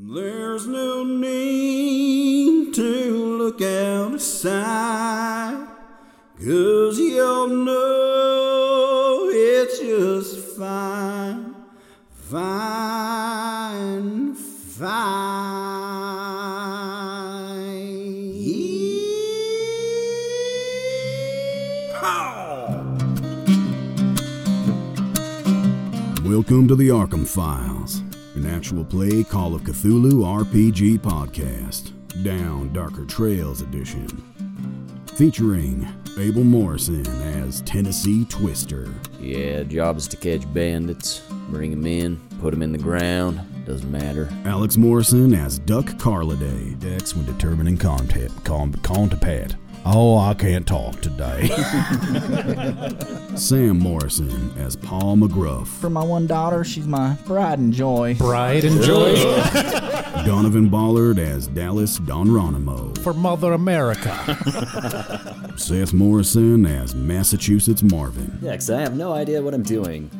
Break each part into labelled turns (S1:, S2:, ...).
S1: There's no need to look outside, cause you'll know it's just fine, fine, fine. Yeehaw!
S2: Welcome to the Arkham Files, an actual play Call of Cthulhu RPG podcast, Down Darker Trails edition. Featuring Abel Morrison as Tennessee Twister,
S3: Yeah, job is to catch bandits, bring 'em in, put 'em in the ground. Doesn't matter.
S2: Alex Morrison as Duck Carliday, Dex when determining content, con, contapat. Oh, I can't talk today. Sam Morrison as Paul McGruff,
S4: for my one daughter. She's my pride and joy.
S5: Pride and joy
S2: Donovan Ballard as Dallas Donronimo,
S5: for Mother America.
S2: Seth Morrison as Massachusetts Marvin.
S3: Yeah, 'cause I have no idea what I'm doing.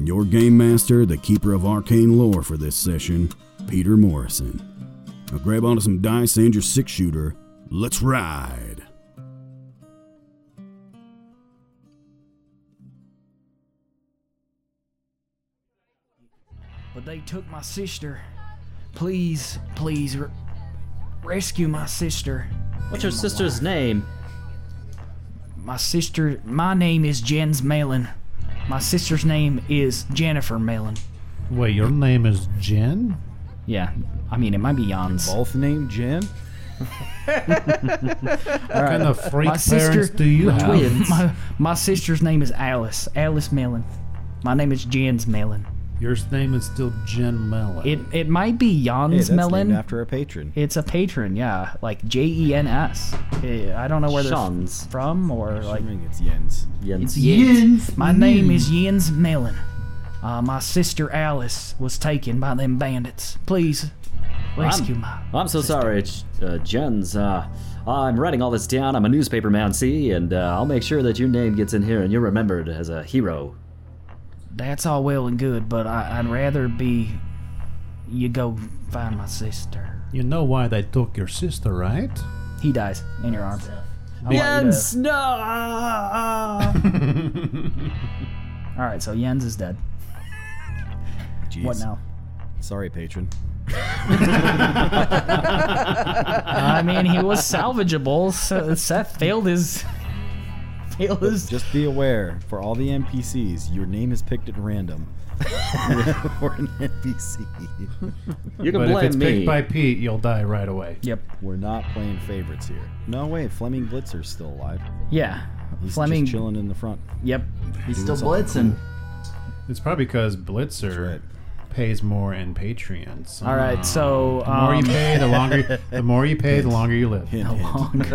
S2: Your game master, the keeper of arcane lore for this session, Peter Morrison. Now grab onto some dice and your six shooter. Let's ride.
S6: But they took my sister. Please, please, re- rescue my sister.
S7: What's your sister's name?
S6: My sister, my name is Jens Malin. My sister's name is Jennifer Malin.
S5: Wait, your name is Jen?
S6: Yeah, I mean, it might be Jans.
S8: Both named Jen.
S5: What kind of freak
S6: My sister,
S5: parents do you have?
S6: my, my sister's name is Alice, Alice Malin. My name is Jens Malin.
S5: Your name is still Jen Mellon.
S6: It it might be
S8: Hey,
S6: Jans
S8: that's named
S6: Malin.
S8: after a patron.
S6: It's a patron, yeah, like J E N S. Eh, I don't know where
S7: Shans.
S6: they're from or like
S8: Assuming it's Yen's.
S7: Jens.
S6: Jens. My name is Jens Mellon. Uh, my sister Alice was taken by them bandits. Please rescue my.
S7: Oh, I'm so sorry, J- uh, Jens. Uh, I'm writing all this down. I'm a newspaper man, see, and uh, I'll make sure that your name gets in here and you're remembered as a hero.
S6: That's all well and good, but I, I'd rather be. You go find my sister.
S5: you know why they took your sister, right?
S6: He dies in your arms.
S7: Jens, no!
S6: All right, so Jens is dead.
S8: Jeez.
S6: What now?
S8: Sorry, patron.
S6: I mean, he was salvageable. So Seth failed his. failed his.
S8: Just be aware, for all the NPCs, your name is picked at random. We're an NPC.
S7: you can
S5: But if it's
S7: blame me.
S5: picked by Pete, you'll die right away.
S6: Yep.
S8: We're not playing favorites here. No way, Fleming Blitzer's still alive.
S6: Yeah.
S8: He's
S6: Fleming.
S8: just chilling in the front.
S6: Yep.
S4: He's still blitzing.
S5: It's probably because Blitzer
S8: That's
S5: pays more in Patreon. so-
S6: All right, so.
S5: The more
S6: um,
S5: you pay, the longer the more you pay, the longer you live.
S8: Hint, hint.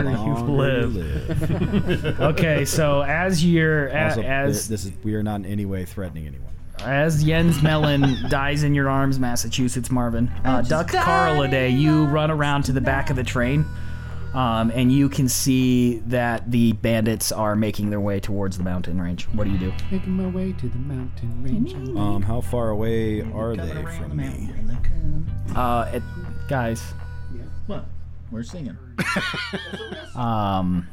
S6: longer you live.
S8: live.
S6: Okay, so as you're a-
S8: Also,
S6: as
S8: this is we are not in any way threatening anyone.
S6: as Jens Mellon dies in your arms, Massachusetts Marvin, uh, Duck Carliday, you run around to the back of the train, um, and you can see that the bandits are making their way towards the mountain range. What do you do?
S5: Making my way to the mountain range.
S8: Um, how far away are they from me?
S6: Uh, it, guys,
S4: What? We're singing.
S6: um,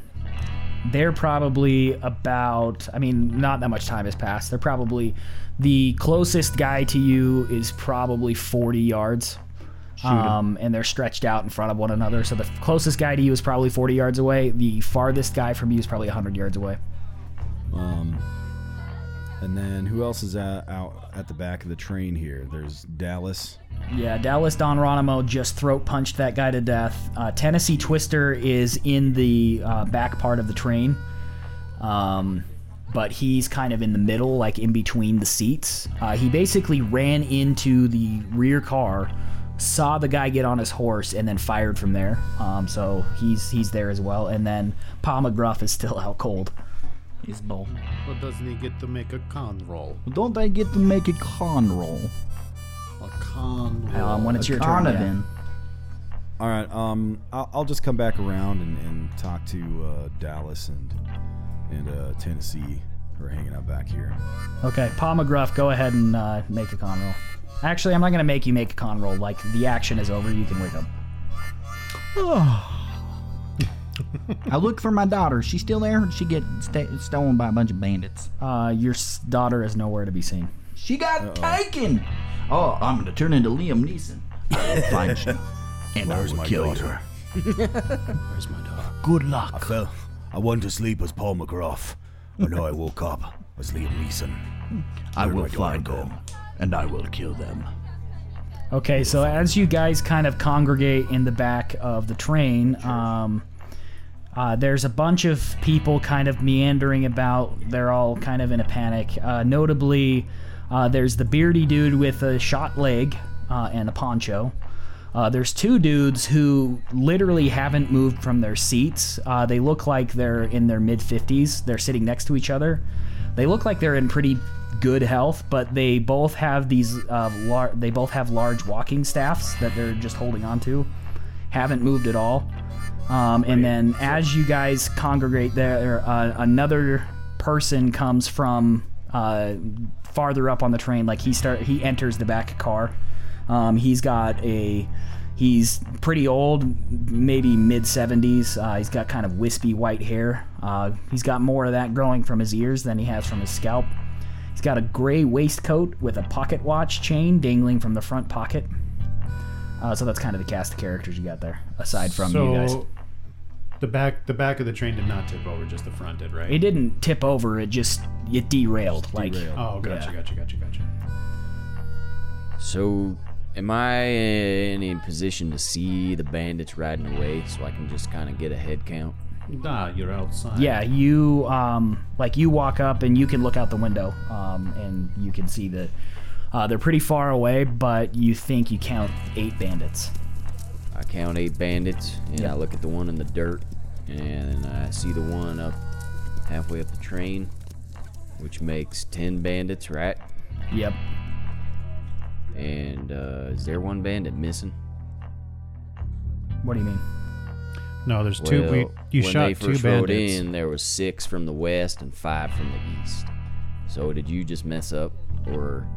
S6: they're probably about. I mean, not that much time has passed. They're probably the closest guy to you is probably 40 yards. um, and they're stretched out in front of one another. So the f- closest guy to you is probably 40 yards away. The farthest guy from you is probably 100 yards away.
S8: Um, and then who else is at, out at the back of the train here? There's Dallas.
S6: Yeah, Dallas Don Ronimo just throat punched that guy to death. Uh, Tennessee Twister is in the uh, back part of the train, um, but he's kind of in the middle, like in between the seats. Uh, he basically ran into the rear car, saw the guy get on his horse, and then fired from there. Um, so he's he's there as well. And then Paul McGruff is still out cold.
S4: He's bull.
S5: Well, doesn't he get to make a con roll?
S4: Don't I get to make a con roll?
S5: A con roll.
S6: Um, when it's your turn, yeah.
S4: Donovan.
S8: All right. Um, I'll, I'll just come back around and, and talk to uh, Dallas and and uh, Tennessee. who are hanging out back here.
S6: Okay, Paul McGruff, go ahead and uh, make a con roll. Actually, I'm not gonna make you make a con roll. Like the action is over, you can wake up.
S4: I look for my daughter. She's still there. She get st- stolen by a bunch of bandits.
S6: Uh, your s- daughter is nowhere to be seen.
S4: She got taken. Oh, I'm gonna turn into Liam Neeson. I will find you, and I will kill you.
S5: Where's my dog?
S4: Good luck.
S9: Well, I went to sleep as Paul McGrath, and I woke up as Liam Neeson.
S4: I will find them, and I will kill them.
S6: Okay, so as you guys kind of congregate in the back of the train, um, uh, there's a bunch of people kind of meandering about. They're all kind of in a panic. Uh, notably, uh, there's the beardy dude with a shot leg uh, and a poncho. Uh, there's two dudes who literally haven't moved from their seats. Uh, they look like they're in their mid 50s. They're sitting next to each other. They look like they're in pretty good health, but they both have these. Uh, lar- they both have large walking staffs that they're just holding onto. Haven't moved at all. Um, and then as you guys congregate there, uh, another person comes from uh, farther up on the train. Like he start, he enters the back car. Um, he's got a, he's pretty old, maybe mid 70s. Uh, he's got kind of wispy white hair. Uh, he's got more of that growing from his ears than he has from his scalp. He's got a gray waistcoat with a pocket watch chain dangling from the front pocket. Uh, so that's kind of the cast of characters you got there, aside from you guys.
S5: So the back the back of the train did not tip over, just the front did, right?
S6: It didn't tip over. It just it derailed. like
S5: Oh, gotcha,
S6: Yeah.
S5: gotcha, gotcha, gotcha.
S7: So, am I in a position to see the bandits riding away so I can just kind of get a head count?
S5: Nah, you're outside.
S6: yeah, you um like you walk up and you can look out the window um and you can see that uh, they're pretty far away, but you think you count eight bandits.
S7: I count eight bandits, and I look at the one in the dirt, and I see the one up halfway up the train, which makes ten bandits, right?
S6: Yep.
S7: And uh, is there one bandit missing?
S6: What do you mean?
S5: No, there's two. we,
S7: Well,
S5: you
S7: when
S5: shot
S7: they first
S5: two
S7: rode
S5: bandits.
S7: in, there was six from the west and five from the east. So did you just mess up, or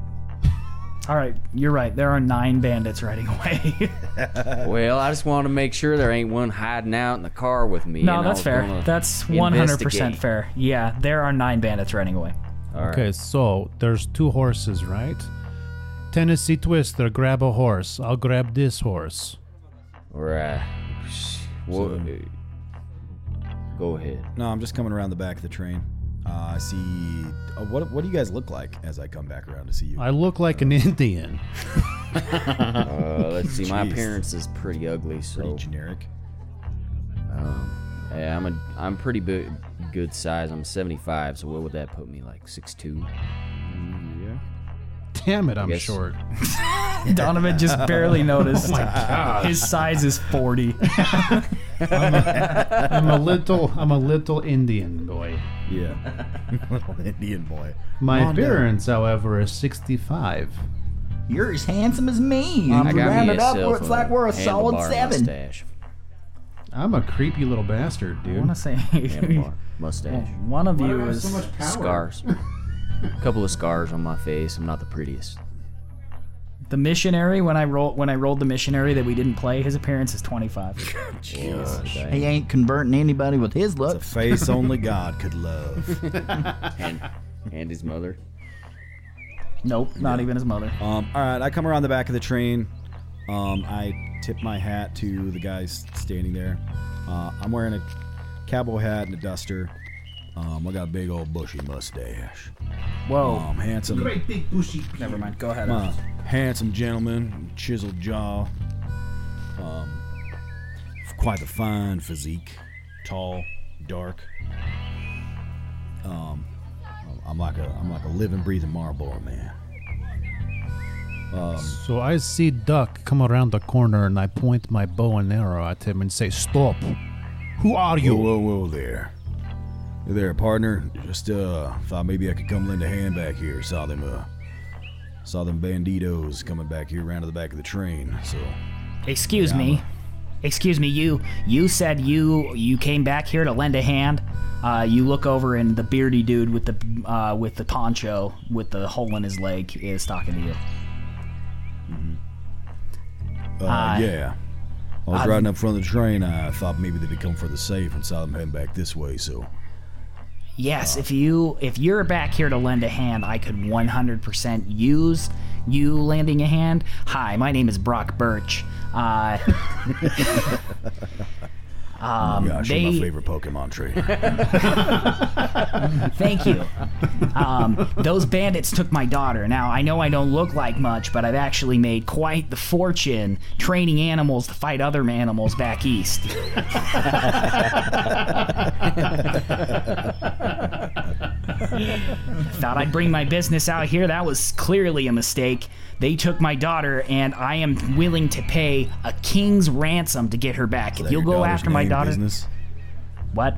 S6: All right, you're right. There are nine bandits riding away. Uh,
S7: Well, I just want to make sure there ain't one hiding out in the car with me.
S6: no,
S7: and I
S6: that's
S7: was
S6: fair.
S7: gonna
S6: That's 100%
S7: investigate.
S6: fair. Yeah, there are nine bandits riding away.
S7: All right.
S5: Okay, so there's two horses, right? Tennessee Twister, grab a horse. I'll grab this horse.
S7: Right. Well, uh, go ahead.
S8: No, I'm just coming around the back of the train. Uh, I see. Uh, what What do you guys look like as I come back around to see you?
S5: I look like an Indian.
S7: Uh, let's see. My
S8: Jeez.
S7: appearance is pretty ugly, so
S8: Pretty generic.
S7: um, yeah, I'm a I'm pretty bu- good size. I'm 75, so what would that put me like 6'2"?
S5: Damn it, I'm
S7: guess-
S5: short.
S6: Donovan just barely noticed. His size is 40.
S5: I'm a little I'm a little Indian boy.
S8: Yeah. Little Indian boy.
S5: My appearance, however, is 65.
S4: You're as handsome as me.
S7: I
S4: you
S7: got
S4: round
S7: me
S4: it
S7: a
S4: up,
S7: cell
S4: where it's
S7: phone
S4: like we're a solid
S7: handlebar
S4: seven.
S7: Mustache.
S5: I'm a creepy little bastard,
S6: I
S5: dude.
S6: want to say
S7: Handlebar mustache.
S6: one of you is
S7: Scars. A couple of scars on my face. I'm not the prettiest.
S6: the missionary. When I roll when I rolled the missionary that we didn't play, his appearance is 25.
S7: Uh, dang.
S4: He ain't converting anybody with his
S8: The
S4: looks.
S8: face only God could love.
S7: and, and his mother.
S6: nope, not even his mother.
S8: Um, all right, I come around the back of the train. Um, I tip my hat to the guys standing there. Uh, I'm wearing a cowboy hat and a duster. Um, I got a big old bushy mustache.
S6: Whoa,
S8: Um, handsome.
S5: big bushy.
S6: never mind. Go ahead.
S8: I'm a handsome gentleman, chiseled jaw, um, quite the fine physique, tall, dark. Um, I'm like a I'm like a living, breathing Marlboro man.
S5: So I see Duck come around the corner and I point my bow and arrow at him and say, Stop. Who are
S8: Whoa,
S5: you?
S8: whoa, whoa there. You there, partner. Just uh thought maybe I could come lend a hand back here. Saw them uh saw them banditos coming back here around to the back of the train, so
S6: Excuse me. Excuse me. You you said you you came back here to lend a hand. Uh, you look over and the beardy dude with the uh, with the poncho with the hole in his leg is talking to you.
S8: Uh,
S6: Aye.
S8: yeah. I was riding up front of the train. I thought maybe they'd come for the safe and saw them heading back this way, so.
S6: Yes, if you if you're back here to lend a hand, I could 100% use you lending a hand. Hi, my name is Brock Birch. Uh, um,
S10: Gosh, you're my
S6: they,
S10: favorite Pokemon trainer.
S6: thank you. Um, those bandits took my daughter. Now I know I don't look like much, but I've actually made quite the fortune training animals to fight other animals back east. Thought I'd bring my business out here. That was clearly a mistake. They took my daughter, and I am willing to pay a king's ransom to get her back. If
S8: That
S6: you'll
S8: your
S6: go
S8: daughter's
S6: after my
S8: name,
S6: daughter,
S8: Business?
S6: what?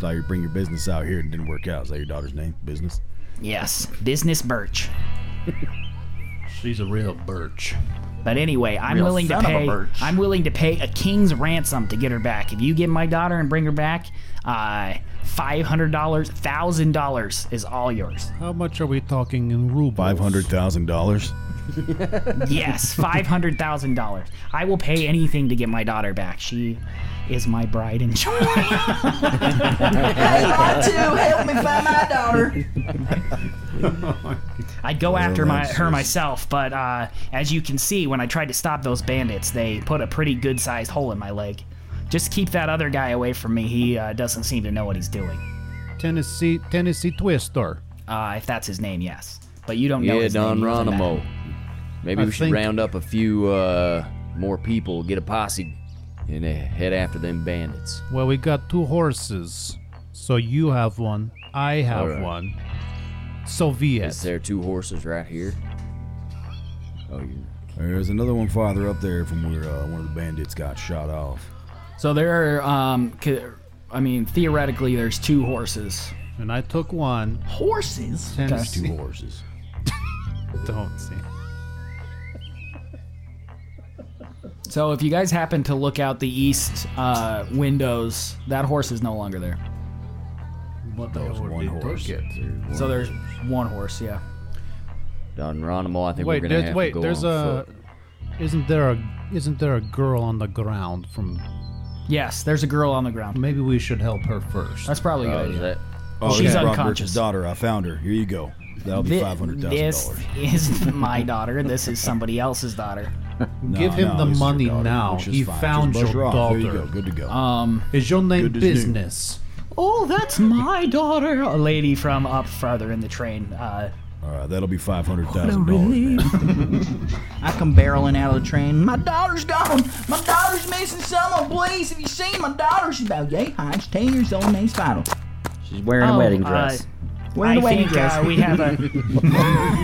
S8: Thought you'd bring your business out here and didn't work out. Is that your daughter's name? Business?
S6: Yes, business birch.
S5: She's a real birch.
S6: But anyway, I'm
S11: Real
S6: willing to
S11: son of a
S6: pay.
S11: birch.
S6: I'm willing to pay a king's ransom to get her back. If you get my daughter and bring her back, uh, five hundred dollars, thousand dollars is all yours.
S5: How much are we talking in rubles?
S8: $500,000?
S6: yes, five hundred thousand dollars. I will pay anything to get my daughter back. She is my bride and joy.
S4: Hey, I too, help me find my daughter.
S6: I'd go after my
S8: that's
S6: her
S8: just-
S6: myself, but uh, as you can see, when I tried to stop those bandits, they put a pretty good-sized hole in my leg. Just keep that other guy away from me. He uh, doesn't seem to know what he's doing.
S5: Tennessee Tennessee Twister.
S6: Uh, if that's his name, yes. But you don't know
S7: Yeah,
S6: his
S7: Don
S6: name. it doesn't
S7: Ronimo.
S6: matter.
S7: Maybe
S5: I
S7: we should
S5: think-
S7: round up a few uh, more people, get a posse, and uh, head after them bandits.
S5: Well, we got two horses. So you have one. I have
S7: Alright.
S5: one. Soviet.
S7: Is there two horses right here? Oh, you.
S8: There's another one farther up there from where uh, one of the bandits got shot off.
S6: So there are, um, c- I mean, theoretically, there's two horses.
S5: and I took one.
S8: Oh,
S11: Horses.
S5: Tennessee.
S8: Two horses.
S5: Don't see.
S6: So if you guys happen to look out the east uh, windows, that horse is no longer there.
S5: What the hell
S8: one horse.
S6: So there's one horse, yeah.
S7: Don Ronimo, I think
S5: Wait,
S7: we're gonna
S5: there's,
S7: have
S5: wait.
S7: to go
S5: There's
S7: on
S5: a.
S7: foot.
S5: Isn't there a? Isn't there a girl on the ground from?
S6: Yes, there's a girl on the ground.
S5: Maybe we should help her first.
S6: That's probably a
S7: Oh,
S6: good
S7: is
S6: idea.
S7: that?
S8: Oh,
S6: She's
S8: yeah, Brock
S6: unconscious.
S8: Birch's daughter. I found her. Here you go. That'll be
S6: Thi-
S8: five hundred thousand
S6: This
S8: dollars.
S6: is my daughter. This is somebody else's daughter.
S5: Give him the money now. He found
S8: Just brush
S5: your
S8: her off. There you
S5: daughter.
S8: go. Good to go.
S5: Is your name
S8: Good as new.
S5: business?
S6: Oh, that's my daughter. A lady from up farther in the train. Uh,
S8: All right, that'll be five hundred thousand dollars.
S4: I come barreling out of the train. My daughter's gone. My daughter's missing. Someone, please. Have you seen my daughter? She's about yay high. She's ten years old. Name's Vital.
S12: She's wearing a
S6: Oh,
S12: wedding
S6: uh,
S12: dress.
S4: We're in
S6: I
S4: the wedding
S6: think
S4: dress.
S6: uh, we have a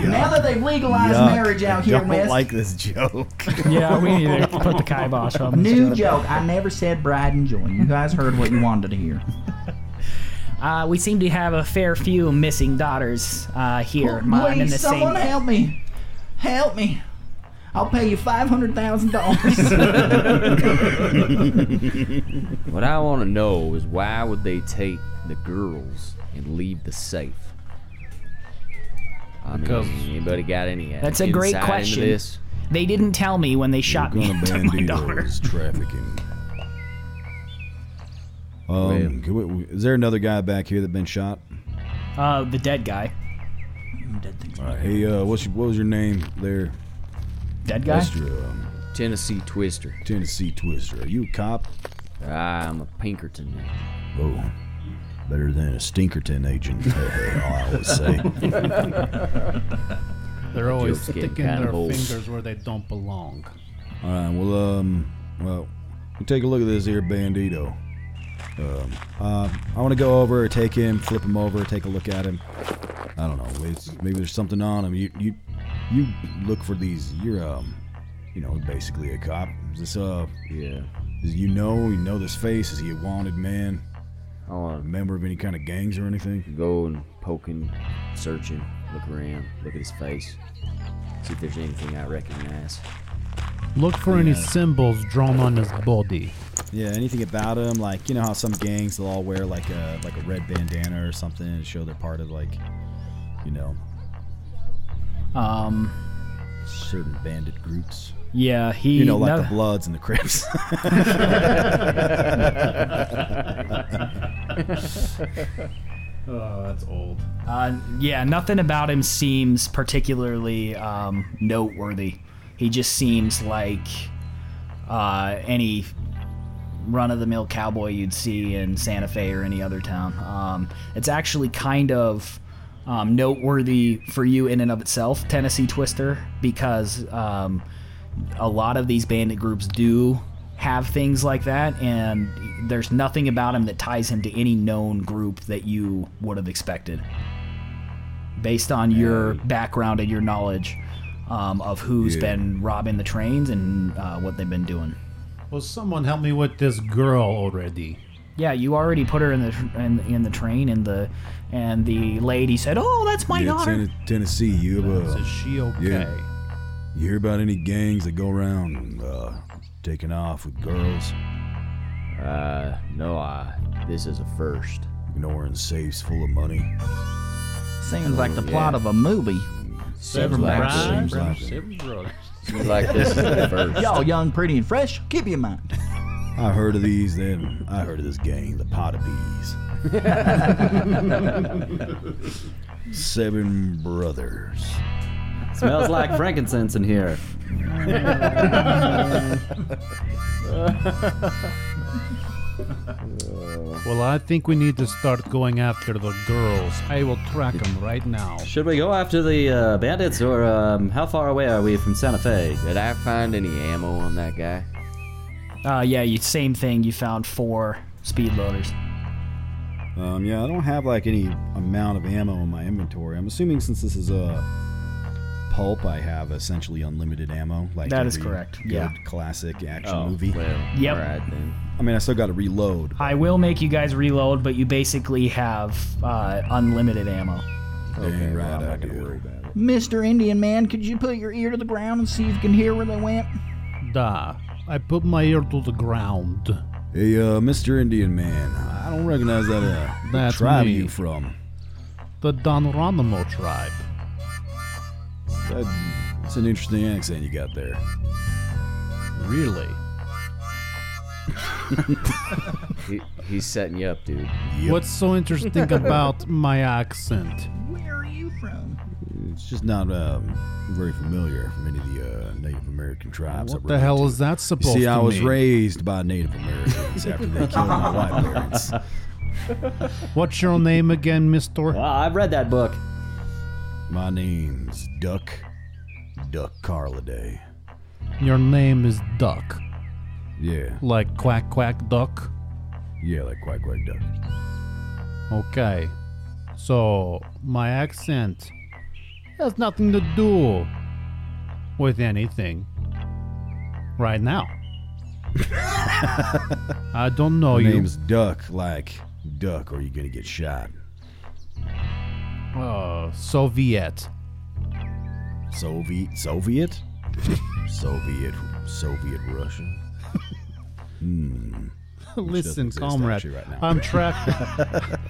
S4: now that they've legalized marriage out here,
S10: don't
S4: Wes.
S10: like this joke.
S6: Yeah, we need to put the kibosh on this.
S4: New joke. I never said bride and joy. You guys heard what you wanted to hear.
S6: Uh, we seem to have a fair few missing daughters uh, here. Mine in
S4: Please,
S6: the
S4: someone
S6: same.
S4: help me. Help me. I'll pay you five hundred thousand dollars.
S7: What I want to know is why would they take the girls and leave the safe? I mean,
S5: Because-
S7: anybody got any? uh,
S6: That's a great
S7: insight into
S6: question.
S7: this?
S6: They didn't tell me when they shot me. and took my daughter.
S8: Bandidos trafficking.
S7: Well-
S8: Um, could we- is there another guy back here that been shot?
S6: Uh, the dead guy.
S8: All right, hey, uh, what's your, what was your name there?
S6: Dead guy.
S8: Mr. Um,
S7: Tennessee Twister. Ah,
S8: Tennessee Twister. Are you a cop?
S7: I'm a Pinkerton. now.
S8: Oh, better than a Stinkerton agent. I always say. Uh,
S5: They're always
S7: Joke's getting
S5: sticking their
S7: kinda old.
S5: fingers where they don't belong.
S8: All right. Well, um, well, we take a look at this here bandito. Um, uh, I want to go over, take him, flip him over, take a look at him. I don't know. It's, maybe there's something on him. You, you, you look for these. You're um, you know, basically a cop. Is this uh,
S7: Yeah.
S8: is, you know, you know this face. Is he a wanted man?
S7: I want
S8: A member of any kind of gangs or anything?
S7: to go and poking, searching, look around, look at his face, see if there's anything I recognize.
S5: Look for any symbols drawn on his body.
S8: Yeah, anything about him? Like you know how some gangs they'll all wear like a like a red bandana or something to show they're part of like, you know,
S6: Um,
S8: Um, certain bandit groups.
S6: Yeah, he.
S8: you know, like
S6: no-
S8: the Bloods and the Crips.
S13: Oh, that's old.
S6: Uh, yeah, nothing about him seems particularly um, noteworthy. He just seems like uh, any run-of-the-mill cowboy you'd see in Santa Fe or any other town. Um, it's actually kind of um, noteworthy for you in and of itself, Tennessee Twister, because um, a lot of these bandit groups do have things like that, and there's nothing about him that ties him to any known group that you would have expected based on your background and your knowledge um, of who's
S5: Yeah.
S6: been robbing the trains and uh, what they've been doing.
S5: Well, someone help me with this girl already.
S6: Yeah, you already put her in the in, in the train, and the and the lady said, "Oh, that's my
S8: yeah,
S6: daughter."
S8: Ten- Tennessee, you have. Uh,
S5: Is she okay?
S8: yeah. You hear about any gangs that go around uh, taking off with girls?
S3: Uh, no, I. This is a first.
S8: Ignoring safes full of money.
S14: Seems like the plot of a movie.
S3: Seven brides,
S14: Seems like it.
S13: Seven brothers.
S3: Seems like this is the first.
S14: Y'all young, pretty, and fresh. Keep your mind.
S8: I heard of these, then I heard of this gang, the Pot of Bees. Seven brothers.
S7: Smells like frankincense in here.
S5: Well, I think we need to start going after the girls. I will track them right now.
S7: Should we go after the uh, bandits, or um, how far away are we from Santa Fe?
S3: Did I find any ammo on that guy?
S6: Uh, yeah, you same thing. You found four speed loaders.
S8: Um, yeah, I don't have like any amount of ammo in my inventory. I'm assuming since this is a pulp, I have essentially unlimited ammo. Like
S6: That is
S8: every
S6: correct,
S8: good
S6: yeah.
S8: classic action Oh,
S7: Oh,
S8: movie.
S3: Well,
S6: Yep.
S3: alright then.
S8: I mean, I still got to reload.
S6: I will make you guys reload, but you basically have uh, unlimited ammo.
S8: Dang right, I do.
S14: Mr. Indian Man, could you put your ear to the ground and see if you can hear where they went?
S5: Da. I put my ear to the ground.
S8: Hey, uh, Mr. Indian Man, I don't recognize that uh,
S5: That's
S8: tribe
S5: me.
S8: you from.
S5: The Donronimo tribe.
S8: That- That's an interesting accent you got there.
S5: Really?
S3: He, he's setting you up, dude.
S5: What's so interesting about my accent?
S14: Where are you from?
S8: It's just not um, very familiar from any of the uh, Native American tribes.
S5: What
S8: I
S5: the
S8: relate
S5: hell
S8: to.
S5: is that
S8: You
S5: supposed
S8: see,
S5: to
S8: I was
S5: mean?
S8: raised by Native Americans after they killed my white parents.
S5: What's your name again, mister?
S7: Ah, I've read that book.
S8: My name's Duck Duck Carliday.
S5: Your name is Duck.
S8: Yeah,
S5: Like quack quack duck?
S8: yeah, like quack quack duck.
S5: Okay. So, my accent has nothing to do with anything right now. I don't know
S8: My
S5: Oh, you.
S8: name's Duck, like Duck, or you're gonna get shot.
S5: Oh, Soviet.
S8: Soviet, Soviet, Soviet, Soviet Russia. Hmm. doesn't
S5: Listen,
S8: exist
S5: comrade.
S8: actually right now.
S5: I'm tracking.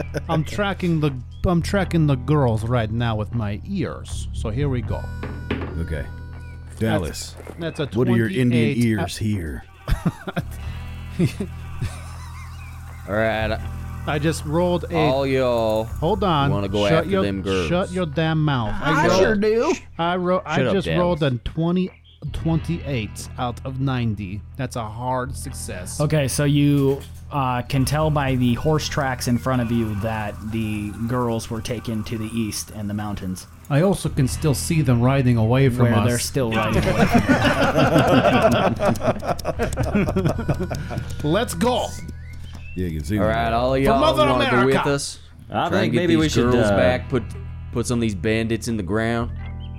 S5: I'm tracking the. I'm tracking the girls right now with my ears. So here we go.
S8: Okay, Dallas.
S5: That's a.
S8: What are your Indian
S5: 28
S8: ears here?
S3: Alright,
S5: I just rolled a.
S3: all y'all.
S5: hold on.
S3: wanna go
S5: shut
S3: after
S5: your,
S3: them girls.
S5: Shut your damn mouth. I,
S14: I
S5: rolled-
S14: sure do.
S5: I, ro- I
S3: Shut up,
S5: just
S3: Dallas.
S5: rolled a 20, 28 out of 90. That's a hard success.
S6: Okay, so you uh, can tell by the horse tracks in front of you that the girls were taken to the east and the mountains,
S5: I also can still see them riding away from
S6: where
S5: us.
S6: they're still riding. away.
S5: Let's go.
S8: Yeah, you can see. them.
S3: Alright, all y'all
S5: Mother
S3: want to go with
S5: America.
S3: us?
S7: I
S3: Try and
S7: think
S3: get
S7: maybe
S3: these
S7: we should.
S3: girls
S7: uh,
S3: back. Put put some of these bandits in the ground.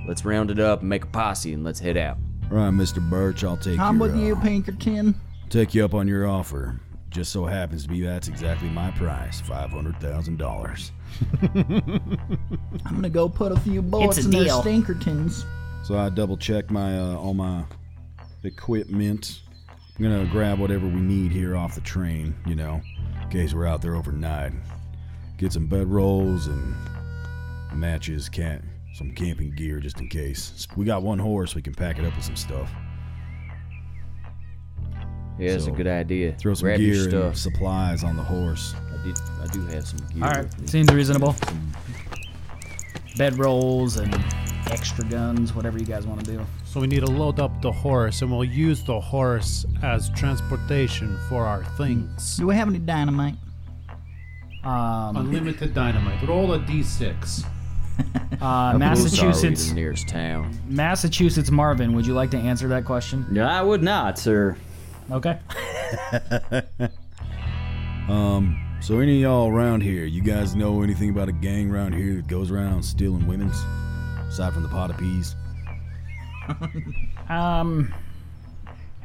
S3: Let's round it up and make a posse and let's head out.
S8: All right, Mr. Birch, I'll take
S14: I'm
S8: your,
S14: with you,
S8: uh,
S14: Pinkerton.
S8: Take you up on your offer. Just so happens to be that's exactly my price, five hundred thousand dollars.
S14: I'm gonna go put a few bullets
S6: It's a
S14: in their
S6: deal.
S14: stinkertons.
S8: So I double check my uh, all my equipment. I'm gonna grab whatever we need here off the train, you know, in case we're out there overnight. Get some bedrolls and matches, camp, some camping gear just in case. We got one horse, we can pack it up with some stuff.
S3: Yeah, that's
S8: So,
S3: a good idea.
S8: Throw some
S3: Grab
S8: gear
S3: your
S8: and
S3: stuff.
S8: supplies on the horse.
S3: I, did, I do have some gear.
S6: All right,
S3: with me.
S6: seems reasonable. Bed rolls and extra guns, whatever you guys want to do. Uh,
S5: So we need to load up the horse, and we'll use the horse as transportation for our things.
S14: Do we have any dynamite?
S6: Um,
S5: Unlimited dynamite. Roll a d6.
S6: Uh,
S3: How close are we to
S6: Massachusetts,
S3: the nearest town.
S6: Massachusetts. Marvin, would you like to answer that question?
S7: No, I would not, sir.
S6: Okay.
S8: Um, so any of y'all around here, you guys know anything about a gang around here that goes around stealing women's? Aside from the pot of peas.
S6: Um,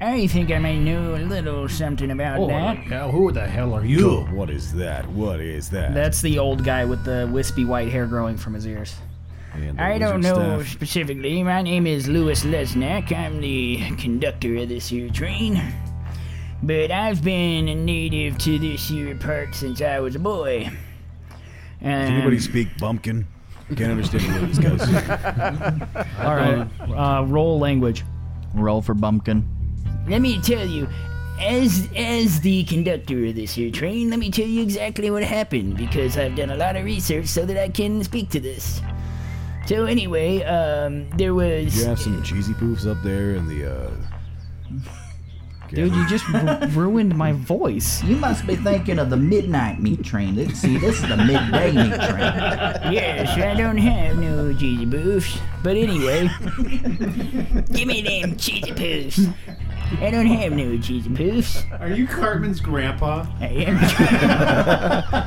S6: I think I may know a little something
S5: Oh,
S6: about that.
S5: hell, who the hell are
S8: Yo, what is that? What is that?
S6: That's the old guy with the wispy white hair growing from his ears.
S8: And the
S6: I don't
S8: wizard
S6: know
S8: staff.
S6: specifically. My name is Lewis Lesnack. I'm the conductor of this here train. But I've been a native to this here part since I was a boy. Um,
S8: Does anybody speak bumpkin? I can't understand what this guy's saying.
S6: all right. Uh, roll language.
S14: Roll for bumpkin.
S6: Let me tell you, as as the conductor of this here train, let me tell you exactly what happened because I've done a lot of research so that I can speak to this. So anyway, um, there was.
S8: You have some cheesy poofs up there in the uh
S6: Dude, you just ru- ruined my voice.
S14: You must be thinking of the midnight meat train. Let's see, this is the midday meat train.
S6: Yes, I don't have no cheesy poofs. But anyway, give me them cheesy poofs. I don't have no cheesy poofs.
S5: Are you Cartman's grandpa?
S6: I am.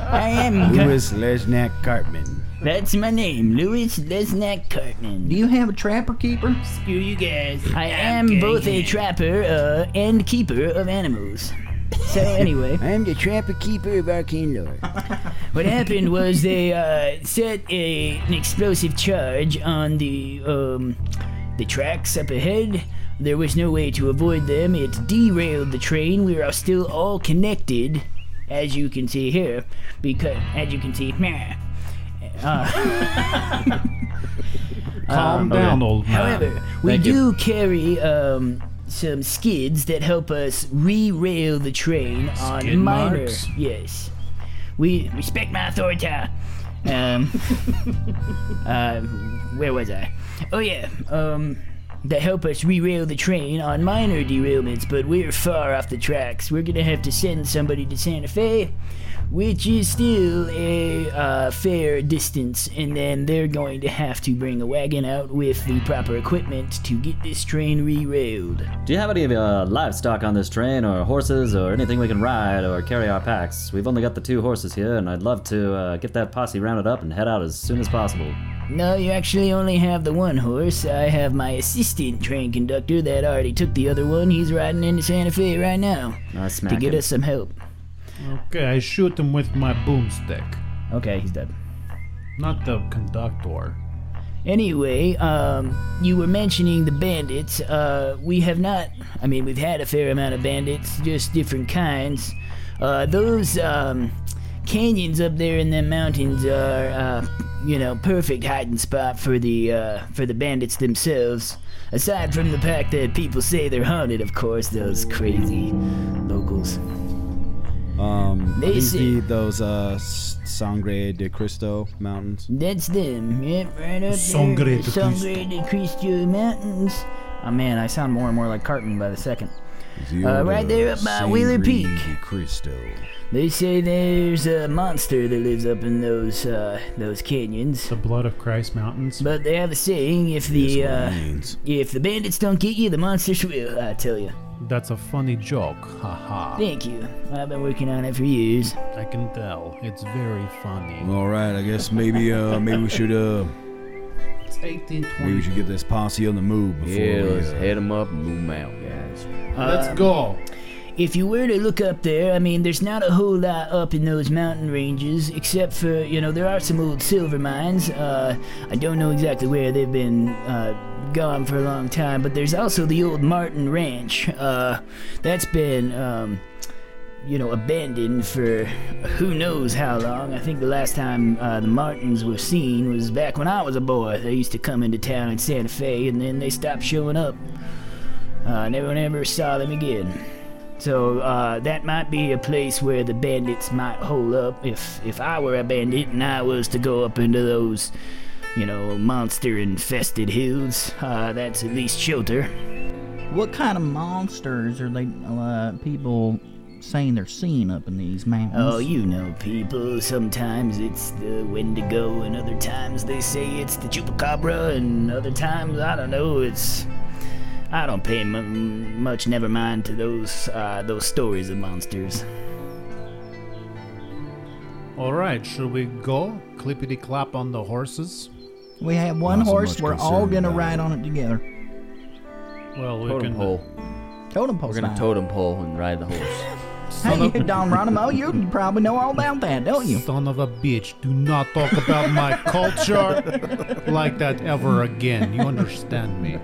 S6: I am.
S8: Lesnack Cartman.
S6: That's my name, Louis Lesnack Cartman.
S14: Do you have a trapper keeper?
S6: Screw you guys. I am both a trapper uh, and keeper of animals. So anyway,
S1: I'm the trapper keeper of arcane lore.
S6: what happened was they uh, set a, an explosive charge on the um, the tracks up ahead. There was no way to avoid them. It derailed the train. We are still all connected, as you can see here, because as you can see, meh.
S5: Calm down, old man.
S6: However, we
S7: Thank
S6: do carry um, some skids that help us re-rail the train on
S5: Skid
S6: minor.
S5: marks?
S6: Yes, we respect my authority. Um, uh, where was I? Oh yeah, um, that help us re-rail the train on minor derailments, but we're far off the tracks. We're gonna have to send somebody to Santa Fe. Which is still a uh, fair distance, and then they're going to have to bring a wagon out with the proper equipment to get this train re-railed.
S7: Do you have any uh, livestock on this train, or horses, or anything we can ride, or carry our packs? We've only got the two horses here, and I'd love to uh, get that posse rounded up and head out as soon as possible.
S6: No, you actually only have the one horse. I have my assistant train conductor that already took the other one. He's riding into Santa Fe right now
S7: I smack
S6: to get
S7: him.
S6: us some help.
S5: Okay, I shoot him with my boomstick.
S6: Okay, he's dead.
S5: Not the conductor.
S6: Anyway, um, you were mentioning the bandits. Uh, we have not, I mean, we've had a fair amount of bandits, just different kinds. Uh, those um, canyons up there in the mountains are, uh, you know, perfect hiding spot for the uh, for the bandits themselves. Aside from the fact that people say they're haunted, of course, those crazy locals.
S8: Um
S6: They
S8: these
S6: see-
S8: the, those uh S- Sangre de Cristo mountains.
S6: That's them. Yep, right up
S5: Sangre
S6: there.
S5: de
S6: Sangre de Cristo Mountains. Oh man, I sound more and more like Cartman by the second.
S8: The
S6: Uh, right
S8: old,
S6: there up by Wheeler
S8: Sangre
S6: Peak.
S8: de Cristo.
S6: They say there's a monster that lives up in those uh, those canyons.
S5: The blood of Christ mountains.
S6: But they have a saying: if the
S8: That's what it
S6: uh,
S8: means.
S6: if the bandits don't get you, the monsters will. I tell you.
S5: That's a funny joke. Haha.
S6: Thank you. I've been working on it for years.
S5: I can tell. It's very funny.
S8: All right, I guess maybe uh maybe we should uh
S5: It's 1820.
S8: maybe we should get this posse on the move before
S3: Yeah,
S8: we,
S3: let's
S8: uh,
S3: head 'em up and move 'em out, guys.
S5: Let's go.
S6: If you were to look up there, I mean, there's not a whole lot up in those mountain ranges, except for you know there are some old silver mines. Uh, I don't know exactly where they've been uh, gone for a long time, but there's also the old Martin Ranch. Uh, that's been um, you know abandoned for who knows how long. I think the last time uh, the Martins were seen was back when I was a boy. They used to come into town in Santa Fe, and then they stopped showing up. Uh, and everyone ever saw them again.
S13: So uh, that might be a place where the bandits might hole up. If if I were a bandit and I was to go up into those, you know, monster-infested hills, uh, that's at least shelter.
S14: What kind of monsters are they? Uh, people saying they're seeing up in these mountains.
S13: Oh, you know people. Sometimes it's the Wendigo, and other times they say it's the Chupacabra, and other times, I don't know, it's. I don't pay m- much never mind to those uh, those stories of monsters.
S5: All right, should we go? Clippity clap on the horses.
S14: We have one horse. We're all gonna ride on it together.
S5: Well, we
S3: Totem
S5: can.
S3: pole.
S14: Totem pole.
S3: We're gonna
S14: style.
S3: totem pole and ride the horse.
S5: uh,
S14: Hey, Don Ronimo, you you probably know all about that, don't you?
S5: Son of a bitch! Do not talk about my culture like that ever again. You understand me?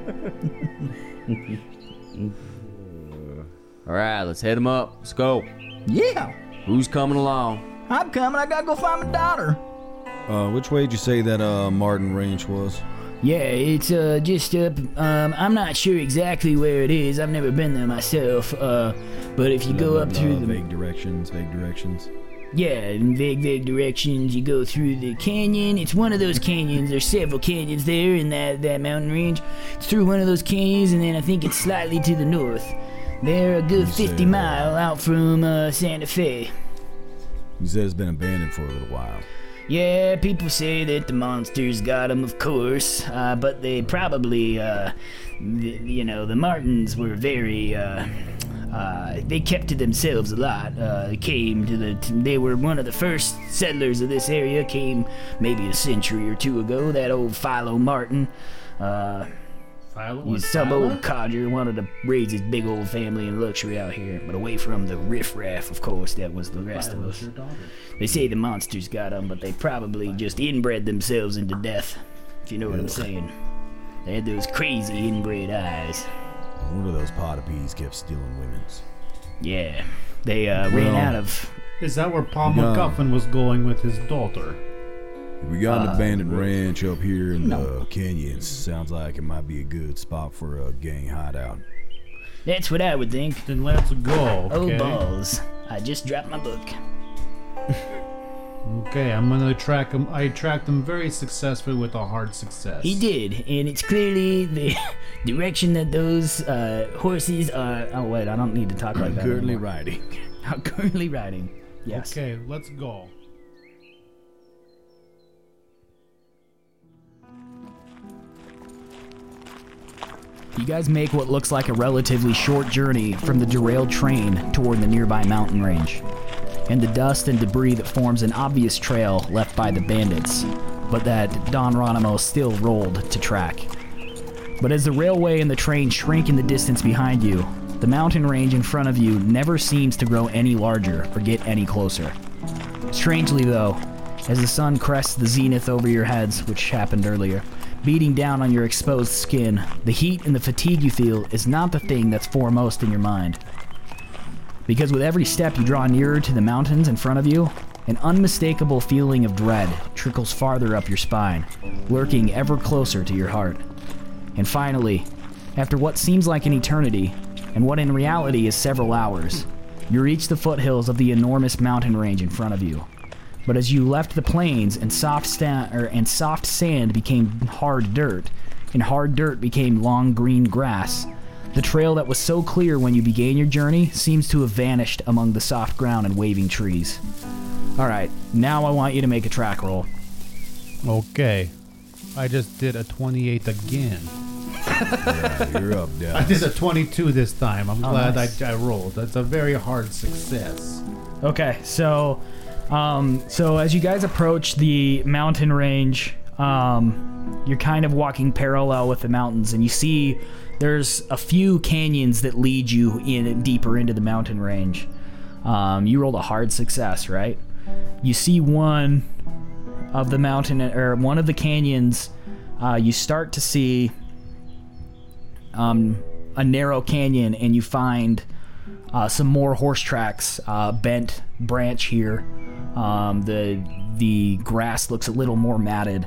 S3: All right, let's hit him up. Let's go.
S14: Yeah.
S3: Who's coming along?
S14: I'm coming. I gotta go find my daughter.
S8: Uh, which way did you say that uh, Martin Ranch was?
S13: Yeah, it's uh, just up. Um, I'm not sure exactly where it is. I've never been there myself. Uh, but if you go
S8: Blah,
S13: up
S8: blah,
S13: through
S8: blah,
S13: the
S8: Uh, vague directions, vague directions.
S13: Yeah, in vague, vague directions. You go through the canyon. It's one of those canyons. There's several canyons there in that, that mountain range. It's through one of those canyons, and then I think it's slightly to the north. They're a good 50 mile out from uh, Santa Fe.
S8: You said it's been abandoned for a little while.
S13: Yeah, people say that the monsters got 'em, of course, uh, but they probably, uh, th- you know, the Martins were very. Uh, uh, they kept to themselves a lot. Uh, came to the. t- they were one of the first settlers of this area. Came maybe a century or two ago. That old Philo Martin. Uh,
S5: Philo
S13: you some old codger wanted to raise his big old family in luxury out here, but away from the riffraff, of course, that was the rest of us. They say the monsters got them, but they probably just inbred themselves into death, if you know what I'm saying. They had those crazy inbred eyes.
S8: One of those Potipes kept stealing women's.
S13: Yeah, they uh, ran
S5: Well,
S13: out of.
S5: Is that where Paul
S8: Yeah.
S5: McGuffin was going with his daughter?
S8: We got an
S5: Uh,
S8: abandoned ranch up here in
S5: No.
S8: the canyons. Sounds like it might be a good spot for a gang hideout.
S13: That's what I would think.
S5: Then let's go.
S13: Oh
S5: okay?
S13: balls! I just dropped my book.
S5: Okay, I'm gonna track him. I tracked him very successfully with a hard success.
S13: He did, and it's clearly the direction that those uh, horses are. Oh wait, I don't need to talk like that.
S5: Currently
S13: anymore.
S8: riding.
S13: I'm currently riding. Yes.
S5: Okay, let's go.
S6: You guys make what looks like a relatively short journey from the derailed train toward the nearby mountain range, and the dust and debris that forms an obvious trail left by the bandits, but that Don Ronimo still rolled to track. But as the railway and the train shrink in the distance behind you, the mountain range in front of you never seems to grow any larger or get any closer. Strangely, though, as the sun crests the zenith over your heads, which happened earlier, beating down on your exposed skin, the heat and the fatigue you feel is not the thing that's foremost in your mind. Because with every step you draw nearer to the mountains in front of you, an unmistakable feeling of dread trickles farther up your spine, lurking ever closer to your heart. And finally, after what seems like an eternity, and what in reality is several hours, you reach the foothills of the enormous mountain range in front of you. But as you left the plains and soft, sta- er, and soft sand became hard dirt, and hard dirt became long green grass, the trail that was so clear when you began your journey seems to have vanished among the soft ground and waving trees. Alright, now I want you to make a track roll.
S5: Okay. I just did a 28 again.
S8: You're up,
S5: I
S8: Dallas.
S5: did a 22 this time. I'm
S6: Oh,
S5: glad
S6: nice.
S5: I, I rolled. That's a very hard success.
S6: Okay, so, um, so as you guys approach the mountain range, um, you're kind of walking parallel with the mountains, and you see there's a few canyons that lead you in deeper into the mountain range. Um, you rolled a hard success, right? You see one of the mountain or one of the canyons. Uh, you start to see um, a narrow canyon and you find uh, some more horse tracks, uh, bent branch here. Um, the the grass looks a little more matted,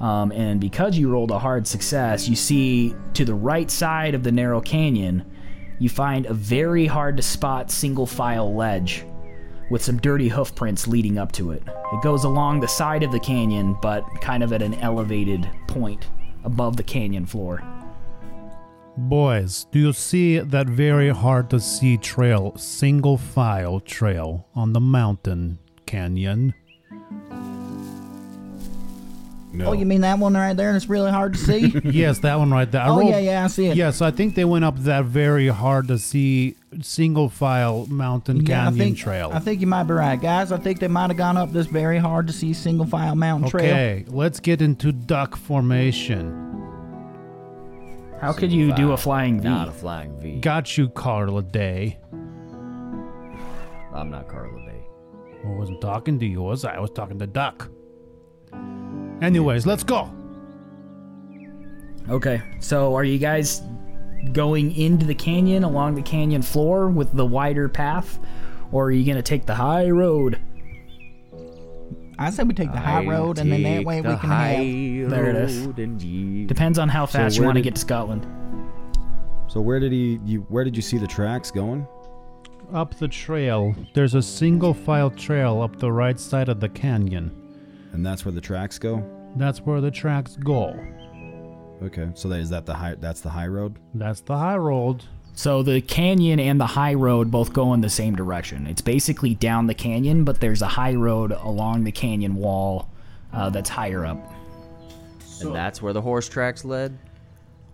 S6: um, and because you rolled a hard success, you see to the right side of the narrow canyon, you find a very hard to spot single file ledge with some dirty hoof prints leading up to it. It goes along the side of the canyon, but kind of at an elevated point above the canyon floor.
S5: Boys, do you see that very hard to see trail, single file trail on the mountain canyon?
S4: Oh, you mean that one right there? That's really hard to see.
S5: yes, that one right there. I
S4: Oh,
S5: rolled-
S4: yeah, yeah, I see it.
S5: Yes, I think they went up that very hard to see single file mountain
S4: Yeah,
S5: canyon
S4: I think,
S5: trail.
S4: I think you might be right, guys. I think they might have gone up this very hard to see single file mountain trail.
S5: okay, let's get into duck formation.
S6: How could you do a flying V?
S7: Not a flying V.
S5: Got you, Carla Day.
S7: I'm not Carla Day.
S5: I wasn't talking to yours. I was talking to Duck. Anyways, let's go.
S6: Okay, so are you guys going into the canyon along the canyon floor with the wider path, or are you gonna take the high road?
S4: I said we take the high road, and then that way we can have.
S6: There it is. Depends on how fast you want to get to Scotland.
S8: So where did he? You where did you see the tracks going?
S5: Up the trail, there's a single file trail up the right side of the canyon.
S8: And that's where the tracks go.
S5: That's where the tracks go.
S8: Okay, so that is that the high? That's the high road.
S5: That's the high road.
S6: So the canyon and the high road both go in the same direction. It's basically down the canyon, but there's a high road along the canyon wall uh, that's higher up.
S7: and that's where the horse tracks led.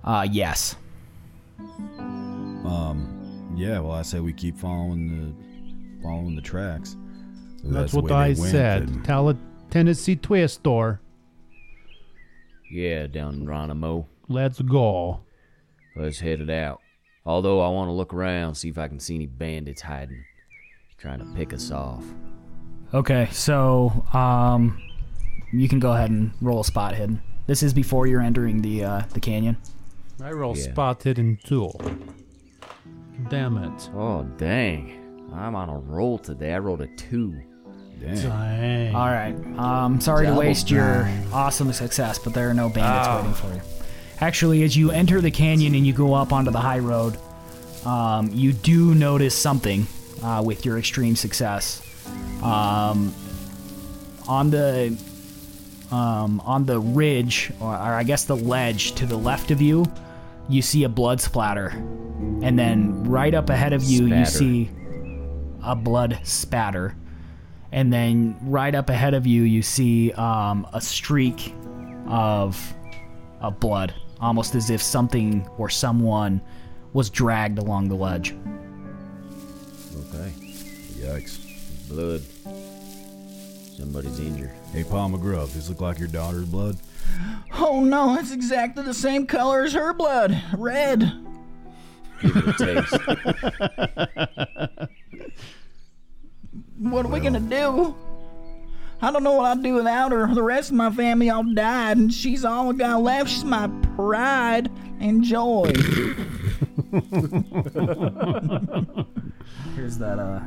S6: Uh, yes.
S8: Um, yeah. Well, I say we keep following the following the tracks. So
S5: That's,
S8: the
S5: what
S8: way
S5: I
S8: they went,
S5: said.
S8: and-
S5: Tell a Tennessee twist or
S7: Yeah, down in Ronimo.
S5: let's go.
S7: Let's head it out. Although I want to look around, see if I can see any bandits hiding, trying to pick us off.
S6: Okay, so um, you can go ahead and roll a spot hidden. This is before you're entering the uh, the canyon.
S5: I roll
S7: Yeah.
S5: spotted and two. Damn it.
S7: Oh dang, I'm on a roll today. I rolled a two.
S5: Dang.
S6: All right. Um, sorry to
S7: Double
S6: waste your awesome success, but there are no bandits
S7: Ah.
S6: waiting for you. Actually, as you enter the canyon and you go up onto the high road, um, you do notice something uh, with your extreme success. Um, on the um, on the ridge, or, or I guess the ledge to the left of you, you see a blood splatter, and then right up ahead of you, you
S7: Spatter.
S6: see a blood spatter, and then right up ahead of you, you see um, a streak of of blood, almost as if something or someone was dragged along the ledge.
S7: Okay.
S8: Yikes.
S7: Blood. Somebody's injured.
S8: Hey, Paul McGruff, does look like your daughter's blood?
S4: Oh no, it's exactly the same color as her blood, red. What are we gonna do? I don't know what I'd do without her. The rest of my family all died, and she's all I got left. She's my pride and joy.
S6: Here's that. uh...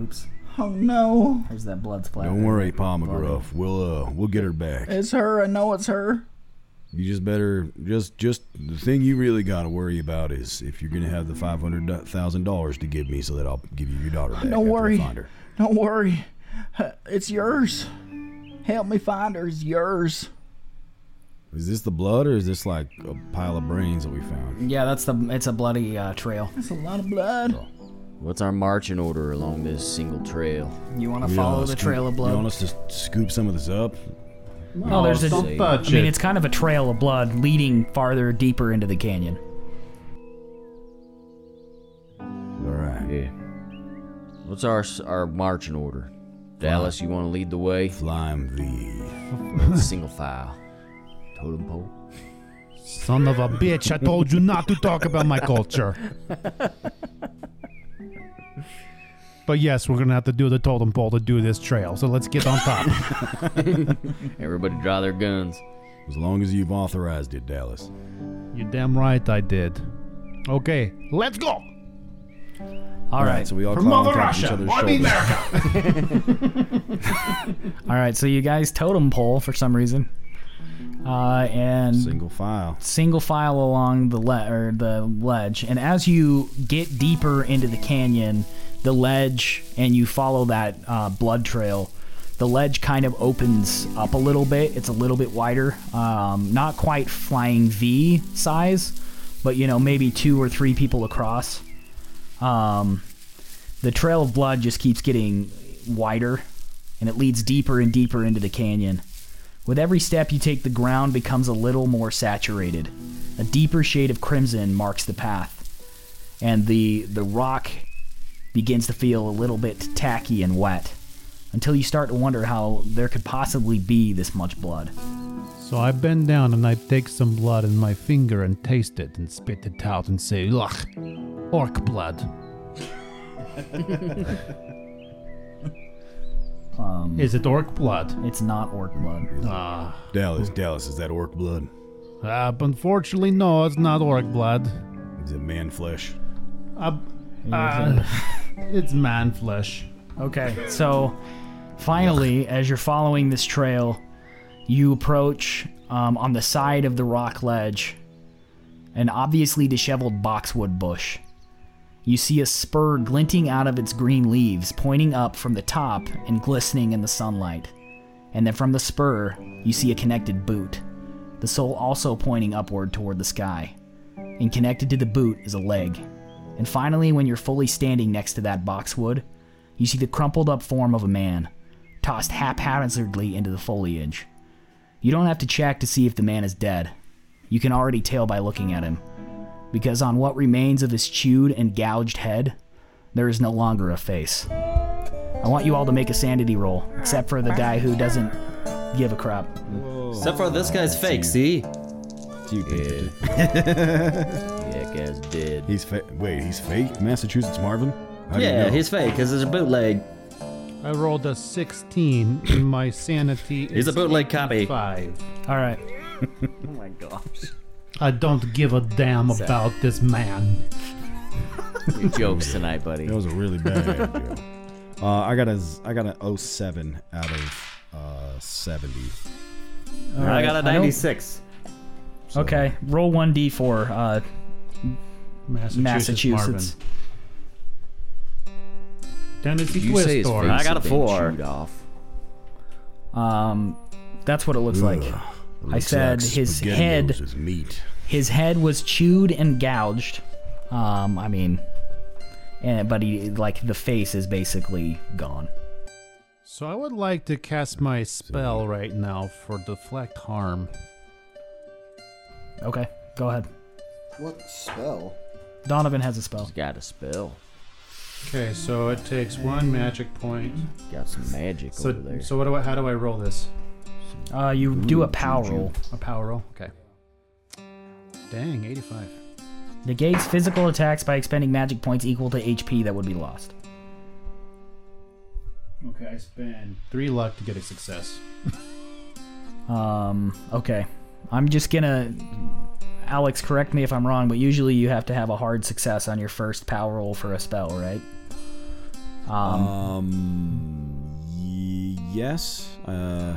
S6: Oops.
S4: oh no,
S6: Here's that blood splatter.
S8: Don't worry, Paul McGruff. We'll uh, we'll get her back.
S4: it's her. I know it's her.
S8: You just better just just the thing you really gotta worry about is if you're gonna have the five hundred thousand dollars to give me so that I'll give you your daughter back.
S4: Don't worry.
S8: Find her.
S4: Don't worry. Uh, It's yours. Help me find her. It's yours.
S8: Is this the blood or is this like a pile of brains that we found?
S6: Yeah, that's the. It's a bloody uh, trail.
S4: That's a lot of blood.
S7: What's our marching order along this single trail?
S6: You want to
S8: You
S6: follow
S8: wanna
S6: the
S8: scoop-
S6: trail of blood?
S8: You want us to s- scoop some of this up?
S6: No, Oh, there's a.
S7: don't touch
S6: I mean,
S7: it.
S6: it's kind of a trail of blood leading farther, deeper into the canyon.
S8: All right.
S7: Yeah. What's our s- our marching order? Dallas, you want to lead the way?
S8: Flying V.
S7: Single file. Totem pole.
S5: Son of a bitch, I told you not to talk about my culture. But yes, we're gonna have to do the totem pole to do this trail, so let's get on top.
S7: Everybody draw their guns.
S8: As long as you've authorized it, Dallas.
S5: You're damn right I did. Okay, let's go!
S6: All right.
S8: so we all
S5: For
S8: climb on
S5: Mother
S8: top of each
S5: Russia,
S8: other's
S5: why me
S8: shoulders.
S6: All right. So you guys totem pole for some reason. uh, and
S8: single file,
S6: single file along the le- or the ledge. And as you get deeper into the canyon, the ledge, and you follow that uh, blood trail, the ledge kind of opens up a little bit. It's a little bit wider, um, not quite flying V size, but you know maybe two or three people across. Um, the trail of blood just keeps getting wider, and it leads deeper and deeper into the canyon. With every step you take, the ground becomes a little more saturated. A deeper shade of crimson marks the path, and the the rock begins to feel a little bit tacky and wet, until you start to wonder how there could possibly be this much blood.
S5: So I bend down and I take some blood in my finger and taste it and spit it out and say, Ugh, orc blood.
S6: Um,
S5: Is it orc blood?
S6: It's not orc blood.
S5: Ah.
S15: Dallas, Dallas, is that orc blood?
S5: Uh, but unfortunately, no, it's not orc blood.
S15: Is it man flesh?
S5: Uh, uh, it's man flesh.
S6: Okay, so finally, as you're following this trail, you approach um, on the side of the rock ledge an obviously disheveled boxwood bush. You see a spur glinting out of its green leaves, pointing up from the top and glistening in the sunlight. And then from the spur, you see a connected boot, the sole also pointing upward toward the sky. And connected to the boot is a leg. And finally, when you're fully standing next to that boxwood, you see the crumpled up form of a man, tossed haphazardly into the foliage. You don't have to check to see if the man is dead. You can already tell by looking at him, because on what remains of his chewed and gouged head, there is no longer a face. I want you all to make a sanity roll, except for the guy who doesn't give a crap.
S7: Except for this guy's fake, see?
S3: Yeah. yeah, guy's dead.
S8: He's fake. Wait, he's fake. Massachusetts Marvin. How do you
S7: Yeah,
S8: know?
S7: he's fake because it's a bootleg.
S5: I rolled a 16 and my sanity
S7: He's
S5: is
S7: a bootleg copy.
S5: 5.
S6: All right.
S13: Oh my gosh.
S5: I don't give a damn
S3: Sad.
S5: about this man.
S3: Your jokes tonight, buddy.
S8: That was a really bad joke. Uh, I got a z- I got an 07 out of uh, 70.
S6: All
S7: I
S6: right,
S7: got a
S6: I don't-
S7: 96.
S6: Okay, roll 1d4, uh,
S5: Massachusetts.
S6: Massachusetts.
S5: Marvin. Tennessee
S3: Did you
S5: Twist
S3: say his
S5: or
S3: face
S7: I got
S3: had
S7: a
S3: been
S7: four.
S3: chewed off?
S6: Um, that's what it looks like. I
S15: Looks
S6: said
S15: like
S6: his
S15: spaghettios
S6: head
S15: is meat.
S6: His head was chewed and gouged. Um, I mean, and, but he like the face is basically gone.
S5: So I would like to cast my spell right now for deflect harm.
S6: Okay, go ahead.
S16: What spell?
S6: Donovan has a spell.
S3: Got a spell.
S5: Okay, so it takes one magic point.
S3: Got some magic
S5: So,
S3: over there.
S5: so what do I, how do I roll this?
S6: Uh, you do a
S3: Ooh,
S6: power
S3: juju.
S6: roll.
S5: A power roll. Okay. Dang, 85.
S6: Negates physical attacks by expending magic points equal to HP that would be lost.
S5: Okay, I spend three luck to get a success.
S6: Um, okay, I'm just gonna. Alex, correct me if I'm wrong, but usually you have to have a hard success on your first power roll for a spell, right? Um,
S8: Um, y- yes. Uh,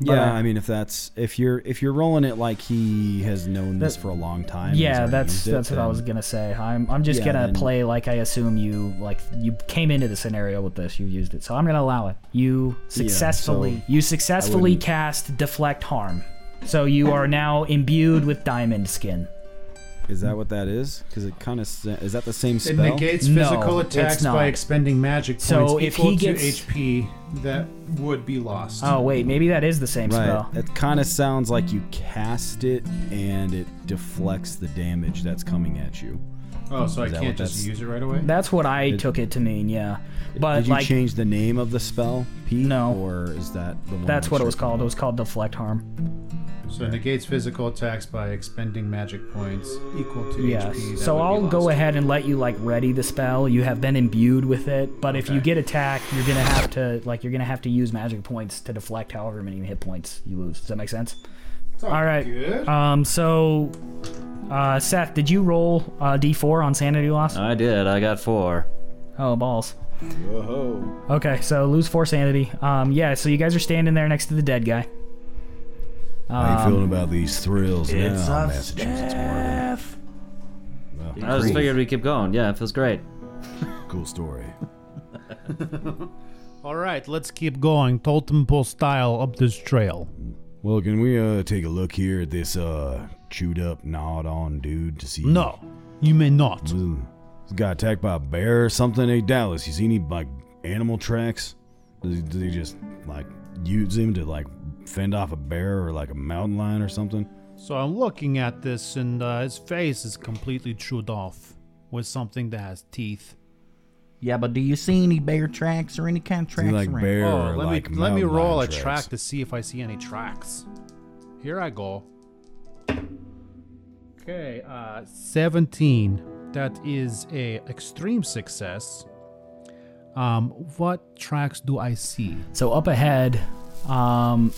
S6: But,
S8: yeah,
S6: uh,
S8: I mean, if that's if you're if you're rolling it like he has known this
S6: That-
S8: for a long time. and he's
S6: yeah,
S8: already
S6: that's
S8: used it,
S6: that's what I
S8: then-
S6: was gonna say. I'm I'm just
S8: Yeah,
S6: gonna
S8: then-
S6: play like I assume you like you came into the scenario with this, you used it, so I'm gonna allow it. You successfully
S8: so
S6: you successfully
S8: wouldn't-
S6: cast deflect harm, so you are now imbued with diamond skin.
S8: Is that what that is? Because it kind of is that the same
S5: It
S8: spell?
S5: negates
S6: No,
S5: physical
S6: it's
S5: attacks by
S6: not.
S5: expending magic points
S6: So if
S5: equal
S6: he
S5: to
S6: gets-
S5: HP that would be lost.
S6: Oh wait, maybe that is the same
S8: Right.
S6: spell.
S8: It kind of sounds like you cast it and it deflects the damage that's coming at you.
S5: Oh, so I
S8: Is that
S5: can't
S8: what
S5: just
S8: that's-
S5: use it right away?
S6: That's what I took it to mean. Yeah, but
S8: Did you
S6: like
S8: change the name of the spell, Pete?
S6: No.
S8: Or is that the one?
S6: that's what it was
S8: restricted?
S6: called. It was called deflect harm.
S5: So it negates physical attacks by expending magic points equal to
S6: Yeah.
S5: HP. that
S6: So
S5: would be
S6: I'll go
S5: lost.
S6: ahead and let you like ready the spell. You have been imbued with it, but if you
S5: Okay.
S6: get attacked, you're gonna have to like you're gonna have to use magic points to deflect however many hit points you lose. Does that make sense? All right.
S5: Good.
S6: Um. So, uh, Seth, did you roll uh, D4 on sanity loss?
S7: I did. I got four.
S6: oh balls. Whoa. Okay. So lose four sanity. Um. Yeah. So you guys are standing there next to the dead guy.
S8: How you feeling about these thrills
S4: It's
S8: now,
S4: a
S8: Massachusetts Marvin? Well,
S7: I just
S8: cool.
S7: figured we'd keep going. Yeah, it feels great.
S8: cool story.
S5: All right, let's keep going, totem pole style, up this trail.
S8: Well, can we uh take a look here at this uh chewed up, gnawed on dude to see?
S5: No, you may not.
S8: got attacked by a bear or something. Hey Dallas, you see any like animal tracks? Do they, do they just like use him to like fend off a bear or like a mountain lion or something?
S5: So I'm looking at this, and uh, his face is completely chewed off with something that has teeth.
S14: Yeah, but do you see any bear tracks or any kind of tracks around?
S5: oh, let me let me roll a track to see if I see any tracks. Here I go. Okay, uh, seventeen. That is a extreme success. Um, what tracks do I see?
S6: So up ahead, um,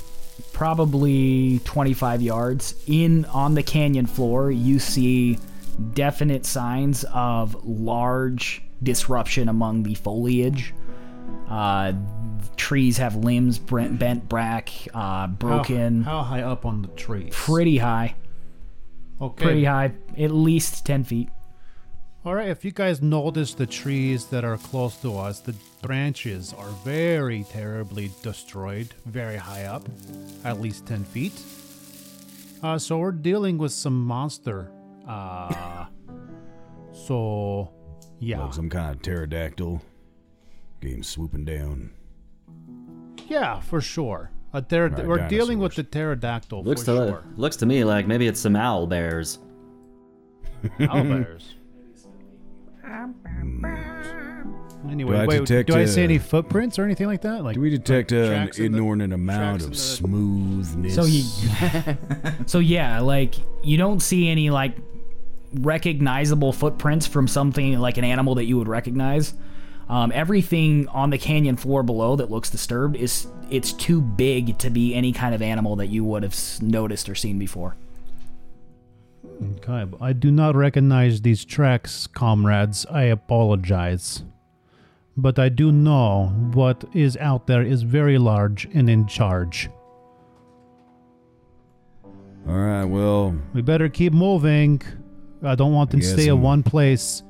S6: probably 25 yards in on the canyon floor, you see definite signs of large disruption among the foliage. Uh, trees have limbs bent, bent back, uh, broken.
S5: How, how high up on the tree?
S6: Pretty high.
S5: Okay.
S6: Pretty high. At least 10 feet.
S5: All right, if you guys notice the trees that are close to us, the branches are very terribly destroyed, very high up, at least 10 feet. Uh, so we're dealing with some monster. Uh, so, yeah.
S8: Like some kind of pterodactyl. Game swooping down.
S5: yeah, for sure. A pterod-
S8: Right,
S5: we're dealing with the pterodactyl
S7: Looks
S5: for
S7: to
S5: sure.
S7: looks to me like maybe it's some owl bears.
S5: Owl bears. Anyway,
S8: Do I
S5: wait,
S8: detect,
S5: do I see
S8: uh,
S5: any footprints or anything like that? Like,
S8: Do we detect
S5: like
S8: uh, an
S5: tracks in the-
S8: inordinate amount of smoothness?
S6: So you, so yeah, like you don't see any like recognizable footprints from something like an animal that you would recognize. Um, everything on the canyon floor below that looks disturbed is it's too big to be any kind of animal that you would have s- noticed or seen before.
S5: Okay, but I do not recognize these tracks, comrades. I apologize. But I do know what is out there is very large and in charge.
S8: All right, well,
S5: We better keep moving. I don't want them to
S8: Yes,
S5: stay in
S8: and-
S5: one place.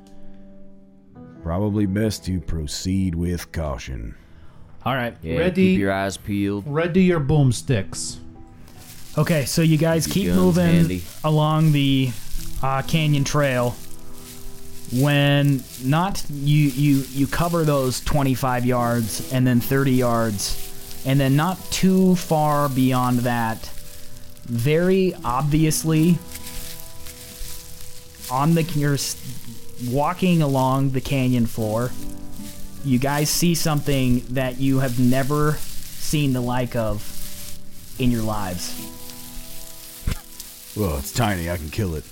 S8: probably best to proceed with caution.
S6: All right.
S3: Yeah,
S5: Ready-
S3: keep your eyes peeled.
S5: Ready your boomsticks.
S6: Okay, so you guys
S3: Your
S6: keep
S3: gun's
S6: moving
S3: handy.
S6: along the uh, canyon trail. When not you you you cover those 25 yards and then 30 yards, and then not too far beyond that, very obviously on the you're s- walking along the canyon floor. You guys see something that you have never seen the like of in your lives.
S8: Well, it's tiny. I can kill it.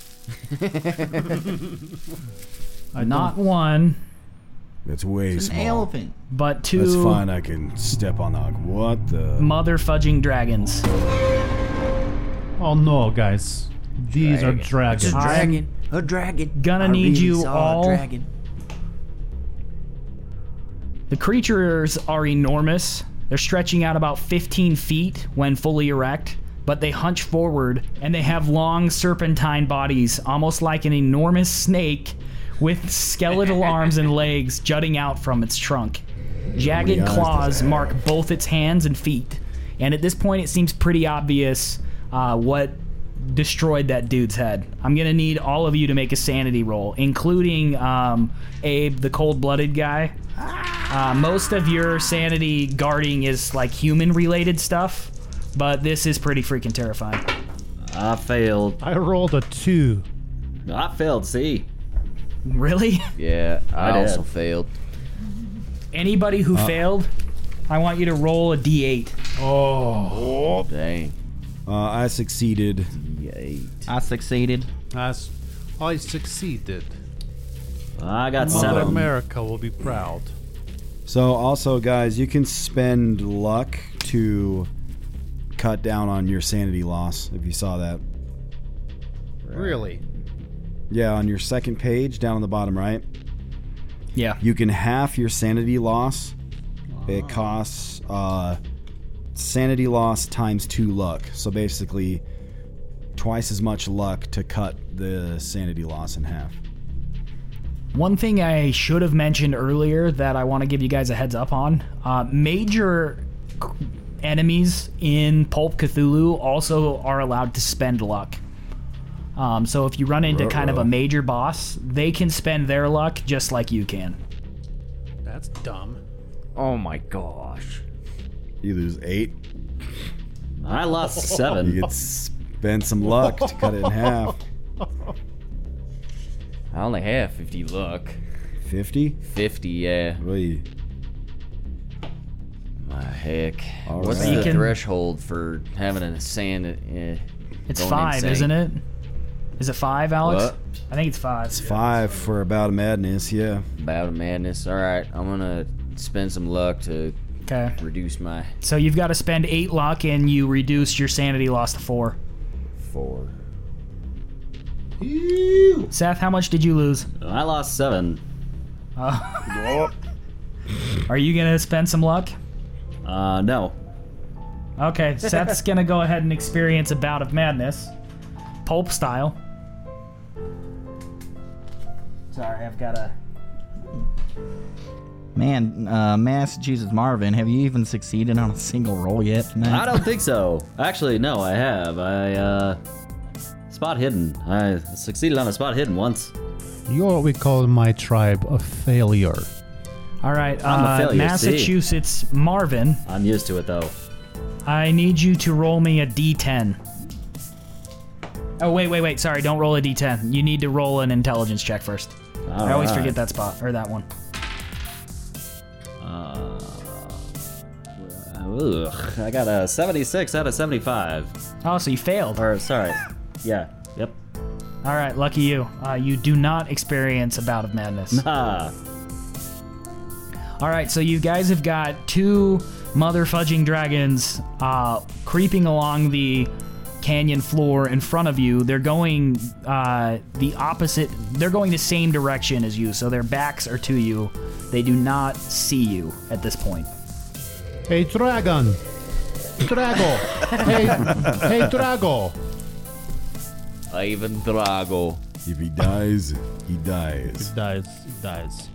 S6: Not one,
S8: That's way
S6: It's an
S8: small.
S6: elephant. but two
S8: That's fine. I can step on the. What the?
S6: mother fudging dragons.
S5: Oh no, guys. These are dragons.
S1: A dragon.
S6: Gonna
S1: I
S6: need
S1: really
S6: you
S1: saw a
S6: all.
S1: dragon.
S6: The creatures are enormous. They're stretching out about 15 feet when fully erect, but they hunch forward and they have long serpentine bodies, almost like an enormous snake with skeletal arms and legs jutting out from its trunk. Jagged
S13: many eyes does it
S6: claws mark both its hands and feet. And at this point, it seems pretty obvious uh, what destroyed that dude's head. I'm gonna need all of you to make a sanity roll, including um, Abe, the cold-blooded guy. Uh, most of your sanity guarding is like human-related stuff, but this is pretty freaking terrifying.
S7: I failed.
S5: I rolled a two.
S7: I failed. See,
S6: Really?
S3: Yeah, I,
S7: I did.
S3: also failed.
S6: Anybody who
S3: Uh.
S6: failed, I want you to roll a d8.
S5: Oh.
S3: Dang.
S6: Mm.
S8: Uh, I succeeded.
S3: Yay.
S14: I succeeded.
S5: I, s- I succeeded.
S7: I got
S5: Mother
S7: seven.
S5: America will be proud.
S8: So also, guys, you can spend luck to cut down on your sanity loss. If you saw that,
S5: Really?
S8: yeah, on your second page down on the bottom right.
S6: Yeah.
S8: You can half your sanity loss. It costs uh, sanity loss times two luck. So basically, twice as much luck to cut the sanity loss in half.
S6: One thing I should have mentioned earlier that I want to give you guys a heads up on uh, major c- enemies in Pulp Cthulhu also are allowed to spend luck. Um, so if you run into kind of a major boss, they can spend their luck just like you can.
S5: That's dumb.
S3: Oh my gosh.
S8: You lose eight.
S7: I lost seven.
S8: You could spend some luck to cut it in half.
S3: I only have 50 luck.
S8: 50?
S3: 50, yeah.
S8: Really?
S3: My heck.
S8: All
S3: What's
S8: right.
S3: the
S8: Deacon?
S3: threshold for having a sand? Eh,
S6: It's
S3: going
S6: five,
S3: insane?
S6: isn't it? Is it five, Alex?
S3: What?
S6: I think it's five.
S8: It's five for about a madness, yeah.
S3: Bout of madness. All right, I'm gonna spend some luck to
S6: Okay.
S3: reduce my
S6: So you've got to spend eight luck and you reduce your sanity loss to four.
S3: four.
S6: Seth, how much did you lose?
S7: I lost seven.
S6: Uh, are you gonna spend some luck?
S7: Uh, no.
S6: Okay, Seth's gonna go ahead and experience a bout of madness, pulp style. Sorry, I've got a.
S4: Man, uh, Massachusetts Marvin, have you even succeeded on a single roll yet tonight?
S7: I don't think so. Actually, no, I have. I, uh. Spot hidden. I succeeded on a spot hidden once.
S5: You're what we call in my tribe a failure.
S6: All right,
S7: I'm a
S6: uh,
S7: failure, see.
S6: Massachusetts Marvin,
S7: I'm used to it, though.
S6: I need you to roll me a d10. Oh wait, wait, wait! Sorry, don't roll a d10. You need to roll an intelligence check first.
S7: All
S6: I always
S7: right.
S6: forget that spot or that one.
S7: Uh, ugh, I got a 76 out of 75.
S6: Oh, so you failed.
S7: Or, sorry. Yeah. Yep.
S6: All right, lucky you. Uh, you do not experience a bout of madness.
S7: Nah.
S6: All right, so you guys have got two mother fudging dragons uh, creeping along the canyon floor in front of you. They're going uh, the opposite. They're going the same direction as you, so their backs are to you. They do not see you at this point.
S5: Hey, dragon! Drago! hey, hey, Drago!
S3: Ivan Drago.
S2: If he dies, he dies.
S5: It dies. It dies.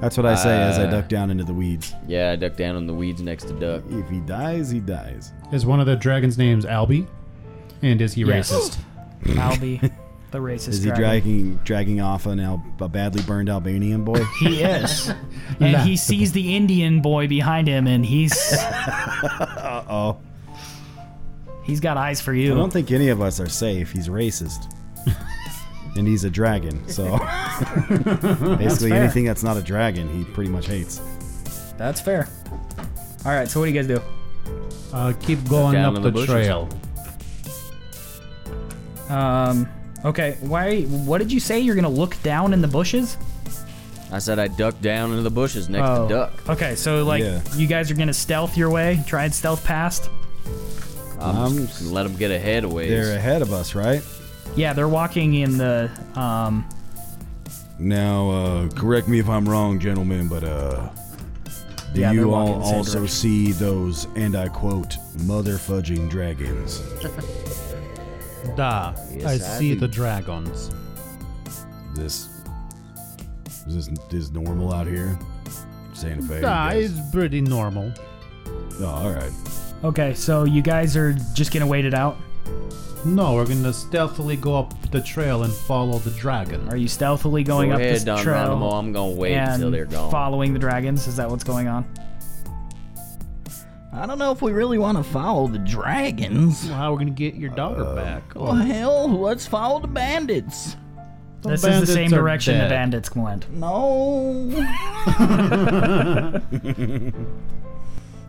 S8: That's what I say as I
S3: Uh.
S8: duck down into the weeds.
S3: Yeah, I duck down in the weeds next to Duck.
S8: If he dies, he dies.
S5: Is one of the dragon's names Albie? And is he
S6: Yes.
S5: racist?
S6: Albie, the racist
S8: Is he
S6: dragon.
S8: dragging dragging off an Al- a badly burned Albanian boy?
S6: He is. and he sees the Indian boy behind him, and he's
S8: Uh oh.
S6: he's got eyes for
S8: I don't
S6: you.
S8: think any of us are safe. He's racist. and he's a dragon, so basically
S6: fair.
S8: anything that's not a dragon, he pretty much hates.
S6: That's fair. All right, so what do you guys do?
S5: Uh, keep going
S3: Down
S5: up
S3: in
S5: the,
S3: the bushes.
S5: trail.
S6: Um. Okay. Why? What did you say? You're gonna look down in the bushes?
S3: I said I ducked down into the bushes next
S6: Oh,
S3: to Duck.
S6: Okay. So like,
S8: Yeah.
S6: you guys are gonna stealth your way. Try and stealth past.
S3: I'm
S8: I'm-
S3: just gonna let him get ahead of ways.
S8: They're ahead of us, right?
S6: Yeah, they're walking in the. Um.
S2: Now, uh, correct me if I'm wrong, gentlemen, but uh, do
S6: Yeah, they're
S2: you
S6: walking
S2: all
S6: the same
S2: also
S6: direction.
S2: see those, and I quote, mother fudging dragons?
S5: Da.
S3: Yes,
S5: I,
S3: I
S5: see
S3: do.
S5: the dragons.
S2: This is this this normal out here, Santa Fe.
S5: Da
S2: I guess.
S5: is pretty normal.
S2: Oh, all right.
S6: Okay. So you guys are just gonna wait it out.
S5: No, we're gonna stealthily go up the trail and follow the dragon.
S6: Are you stealthily going
S3: Go
S6: up
S3: ahead,
S6: this
S3: Don
S6: trail?
S3: Geronimo, I'm gonna wait
S6: and
S3: until they're gone.
S6: following the dragons. Is that what's going on?
S4: I don't know if we really want to follow the dragons.
S5: How are we gonna get your daughter back?
S4: Well, hell, let's follow the bandits.
S5: The
S6: this is the
S5: bandits
S6: same
S5: are
S6: direction the
S5: dead.
S6: bandits went.
S4: No.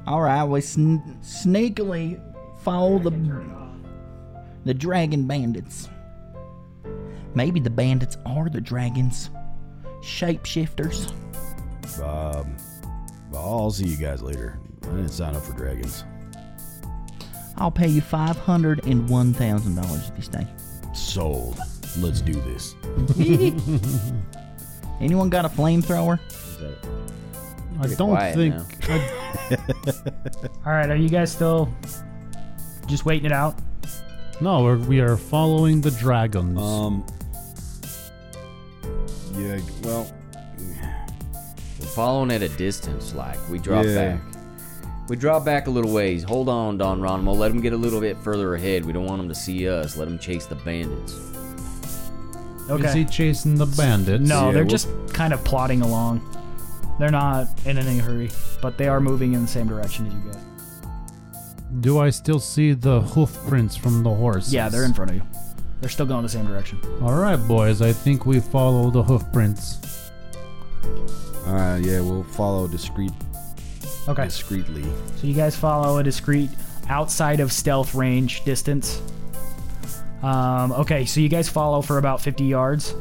S4: All right, we sn- sneakily follow the the dragon bandits. Maybe the bandits are the dragons, shapeshifters.
S2: Um, I'll see you guys later. I didn't sign up for dragons.
S4: I'll pay you five hundred and one thousand dollars if you stay.
S2: Sold. Let's do this.
S4: Anyone got a flamethrower?
S5: I
S3: Get
S5: don't
S3: quiet
S5: think.
S3: now.
S6: All right, are you guys still just waiting it out?
S5: No, we're, we are following the dragons.
S8: Um. Yeah. Well,
S3: We're following at a distance, like we drop
S8: Yeah.
S3: back. We drop back a little ways. Hold on, Don Ronimo. Let him get a little bit further ahead. We don't want him to see us. Let him chase the bandits.
S5: Is he chasing the bandits?
S6: No, they're just kind of plodding along. They're not in any hurry, but they are moving in the same direction as you guys.
S5: Do I still see the hoof prints from the horse?
S6: Yeah, they're in front of you. They're still going the same direction.
S5: All right, boys. I think we follow the hoof prints.
S8: all
S2: uh,
S8: right. Yeah, we'll follow discreet.
S6: Okay.
S8: Discreetly.
S6: So you guys follow a discreet outside of stealth range distance. Um, okay, so you guys follow for about 50 yards.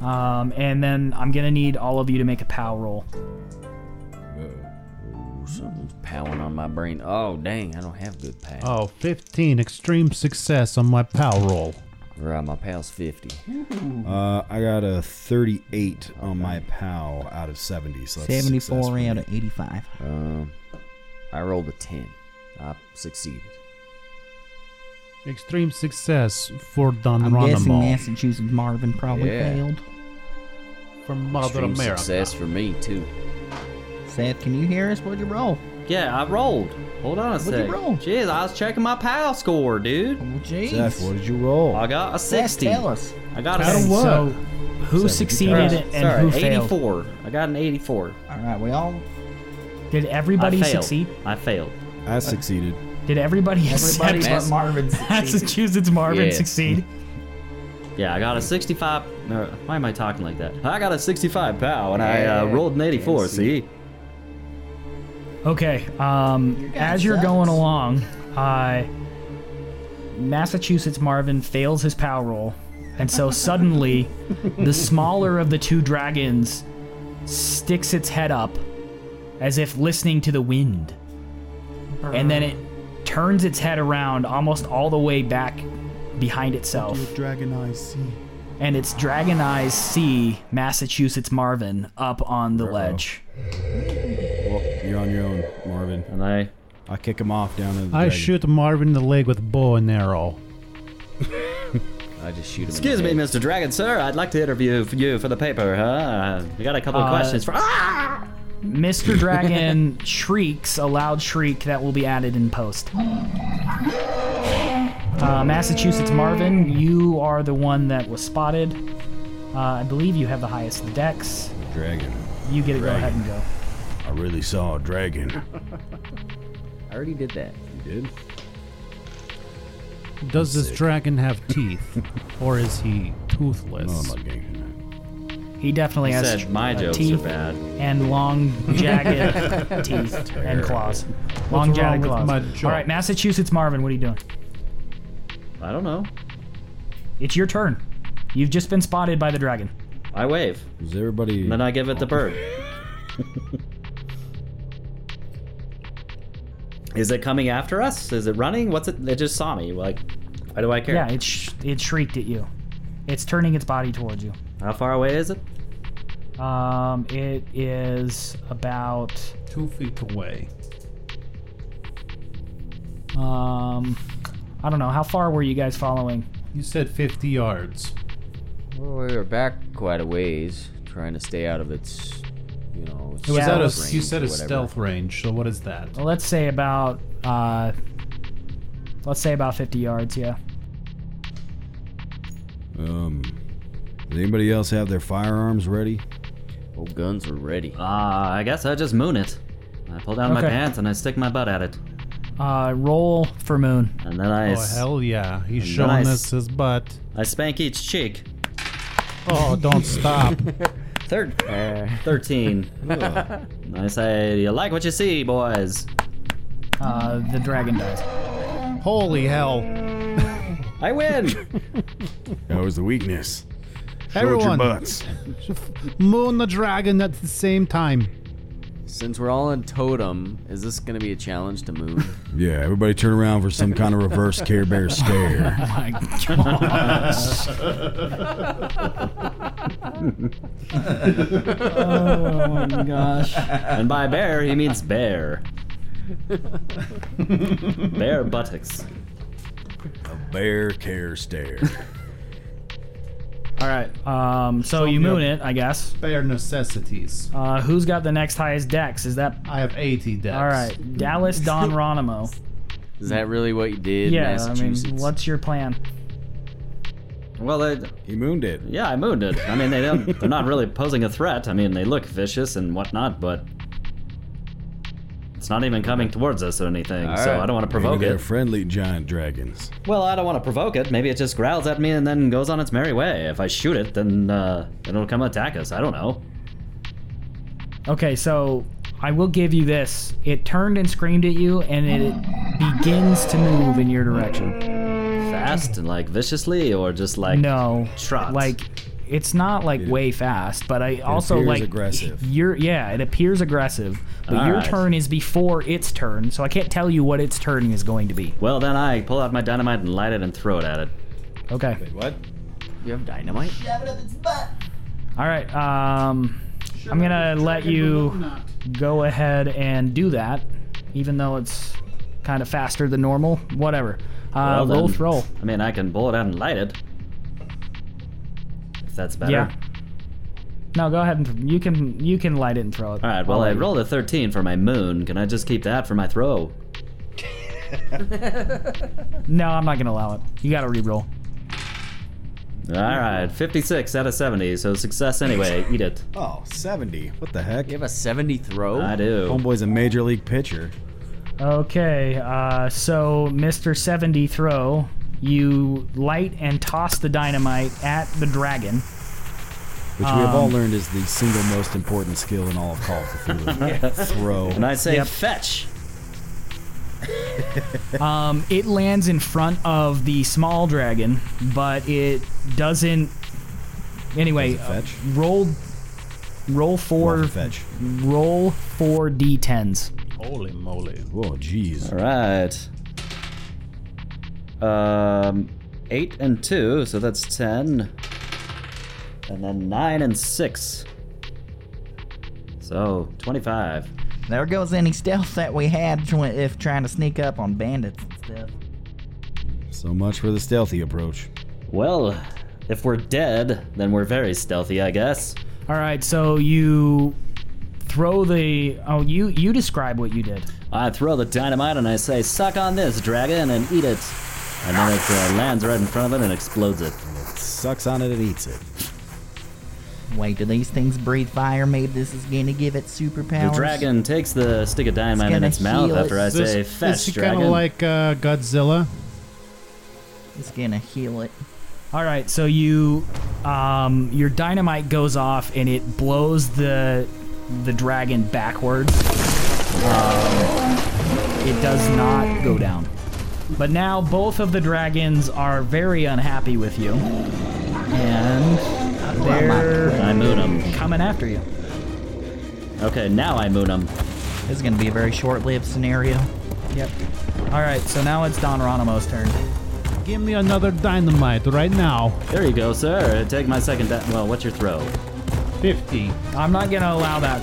S6: Um, and then I'm going to need all of you to make a POW roll.
S3: Ooh, something's powing on my brain. Oh, dang. I don't have good pack.
S5: Oh, 15 extreme success on my pow roll.
S3: Right, my pal's 50.
S8: Uh, I got a 38 on my POW out of 70. So that's
S14: 74 out
S8: and
S14: of 85.
S3: Um, I rolled a 10. I succeeded.
S5: Extreme success for Don
S14: I'm guessing
S5: Ronimo.
S14: Massachusetts Marvin probably
S3: Yeah.
S14: failed.
S5: From
S14: Mother
S3: Extreme
S14: America.
S3: success for me, too.
S14: Seth, can you hear us? What'd you roll?
S7: Yeah, I rolled. Hold on a
S14: What'd you
S7: sec.
S14: roll?
S7: Jeez, I was checking my PAL score, dude.
S14: Oh, jeez.
S8: Seth, what did you roll?
S7: I got a
S14: Seth,
S7: 60.
S14: tell us.
S7: I got a
S14: Out of
S7: 60.
S14: what?
S6: So who
S14: Seventy
S6: succeeded
S14: thousand.
S6: and
S7: Sorry,
S6: who failed?
S7: 84. I got an 84.
S14: All right, we all.
S6: Did everybody
S7: I failed.
S6: succeed?
S7: I failed.
S8: I succeeded.
S6: Did everybody
S14: Everybody
S6: except
S14: but Marvin succeeded.
S6: Massachusetts Marvin
S7: Yeah.
S6: succeed?
S7: Yeah, I got a 65. No, why am I talking like that? I got a 65 PAL and I uh,
S6: Yeah,
S7: rolled an 84, see?
S6: Okay. Um, as you're going along, uh, Massachusetts Marvin fails his power roll, and so suddenly, the smaller of the two dragons sticks its head up, as if listening to the wind, and then it turns its head around almost all the way back behind itself.
S17: Dragon Eyes see.
S6: And it's Dragon Eyes see Massachusetts Marvin up on the ledge.
S8: Well, you're on your own, Marvin.
S7: And I.
S8: I kick him off down in the.
S5: I
S8: dragon.
S5: shoot Marvin in the leg with bow and arrow.
S3: I just shoot him.
S7: Excuse me, Mr. Dragon, sir. I'd like to interview f- you for the paper, huh? I got a couple of
S6: Uh,
S7: questions for. Ah!
S6: Mr. Dragon shrieks a loud shriek that will be added in post. Uh, Massachusetts Marvin, you are the one that was spotted. Uh, I believe you have the highest of the decks.
S15: Dragon.
S6: You get to go ahead and go.
S15: I really saw a dragon.
S3: I already did that.
S15: You did?
S5: Does this dragon have teeth, or is he toothless?
S8: Oh,
S15: No, I'm not getting
S6: He definitely
S7: He
S6: has
S7: said my
S6: uh,
S7: jokes are
S6: teeth
S7: bad.
S6: and long, jagged teeth and claws. Long,
S5: What's wrong
S6: jagged
S5: with
S6: claws.
S5: my
S6: All right, Massachusetts Marvin, what are you doing?
S7: I don't know.
S6: It's your turn. You've just been spotted by the dragon.
S7: I wave.
S8: Is everybody?
S7: And then I give it the bird. Is it coming after us? Is it running? What's it? It just saw me. Like, why do I care?
S6: Yeah, it sh- it shrieked at you. It's turning its body towards you.
S7: How far away is it?
S6: Um, it is about
S5: two feet away.
S6: Um, I don't know how far were you guys following?
S5: You said 50 yards.
S3: Well, we were back quite a ways, trying to stay out of its, you know.
S5: It was
S3: stealth
S5: at a
S3: range
S5: you said
S3: or
S5: a
S3: whatever.
S5: stealth range. So what is that?
S6: Well, let's say about uh, let's say about 50 yards. Yeah.
S8: Um, does anybody else have their firearms ready?
S3: Oh, guns are ready.
S7: Ah, I guess I just moon it. I pull down my
S6: Okay.
S7: pants and I stick my butt at it,
S6: Uh, roll for moon.
S7: and then I.
S5: Oh
S7: s-
S5: hell yeah! He's
S7: And
S5: showing
S7: nice.
S5: us his butt.
S7: I spank each cheek.
S5: Oh, don't stop!
S7: Third. Thirteen. And I say, you like what you see, boys.
S6: Uh, the dragon dies.
S5: Holy hell!
S7: I win.
S15: That was the weakness. Showed your
S5: Everyone.
S15: butts.
S5: Moon the dragon at the same time.
S3: Since we're all in totem, is this gonna be a challenge to Moon?
S2: Yeah, everybody turn around for some kind of reverse Care Bear stare.
S3: My
S7: oh my gosh. And by bear, he means bear. Bear buttocks.
S2: A bear care stare.
S6: All right. Um, so, you moon it, I guess.
S5: Bare necessities.
S6: Uh, who's got the next highest dex? Is that?
S5: I have 80 dex.
S6: All right, Dallas Don Ronimo.
S3: Is that really what you did,
S6: yeah, I mean,
S3: Massachusetts?
S6: what's your plan?
S7: Well, I,
S2: he mooned it.
S7: Yeah, I mooned it. I mean, they don't, they're not really posing a threat. I mean, they look vicious and whatnot, but it's not even coming towards us or anything. so I don't want to provoke
S2: Maybe They're
S7: it.
S2: friendly giant dragons.
S7: Well, I don't want to provoke it. Maybe it just growls at me and then goes on its merry way. If I shoot it, then uh, it'll come attack us. I don't know.
S6: Okay, so I will give you this. It turned and screamed at you, and it begins to move in your direction.
S7: Fast and like viciously, or just like
S6: no,
S7: trot.
S6: like it's not like way fast, but I also
S7: appears
S6: like
S7: aggressive.
S6: You're yeah, it appears aggressive, but your
S7: Alright.
S6: turn is before its turn, so I can't tell you what its turn is going to be.
S7: Well, then I pull out my dynamite and light it and throw it at it.
S6: Okay.
S7: What?
S3: You have dynamite?
S6: All right. Um, I'm gonna let you go ahead and do that, even though it's kind of faster than normal. Whatever. Uh,
S7: Well,
S6: roll
S7: then,
S6: throw.
S7: I mean, I can pull it out and light it. If that's better.
S6: Yeah. No, go ahead and you can you can light it and throw it.
S7: All right. Well, I rolled a 13 for my moon. Can I just keep that for my throw?
S6: No, I'm not gonna allow it. You gotta re-roll.
S7: All right. 56 out of 70. So success anyway. Eat it.
S8: Oh, 70. What the heck? You
S3: have a 70
S6: Oh,
S3: throw?
S7: I do.
S8: Homeboy's a major league pitcher.
S6: Okay, uh, so Mr. 70 throw, you light and toss the dynamite at the dragon.
S8: Which we have all
S6: Um,
S8: learned is the single most important skill in all of Call of Cthulhu.
S7: Yes.
S8: Throw.
S7: And I say
S6: Yep.
S7: fetch.
S6: um, it lands in front of the small dragon, but it doesn't. Anyway,
S8: Does it fetch?
S6: uh, roll, roll four,
S8: Roll for fetch.
S6: roll four d10s.
S5: Holy moly.
S8: Whoa, jeez.
S7: All right. Um, eight and two, so that's ten. And then nine and six. So twenty-five.
S14: There goes any stealth that we had tw- if trying to sneak up on bandits and stuff.
S8: So much for the stealthy approach.
S7: Well, if we're dead, then we're very stealthy, I guess.
S6: All right, so you throw the. Oh, you you describe what you did.
S7: I throw the dynamite and I say, "Suck on this, dragon, and eat it." And then it uh, lands right in front of it and explodes it.
S8: Sucks on it and eats it.
S14: Wait, do these things breathe fire? Maybe this is gonna give it superpowers.
S7: The dragon takes the stick of dynamite in
S14: gonna
S7: its mouth
S14: heal
S7: after I
S14: us.
S5: This-
S7: say,
S5: is
S7: "Fetch,
S5: he kind
S7: dragon."
S5: of like uh, Godzilla?
S14: It's gonna heal it.
S6: All right, so you, um, your dynamite goes off and it blows the the dragon backwards. Um, it does not go down. But now both of the dragons are very unhappy with you, and
S7: I
S6: they're
S7: moon him.
S6: coming after you.
S7: Okay, now I moon him.
S14: This is gonna be a very short-lived scenario.
S6: Yep. All right, so now it's Don Ronimo's turn.
S5: Give me another dynamite right now.
S7: There you go, sir. Take my second. Di- well, what's your throw?
S5: 50.
S6: I'm not gonna allow that.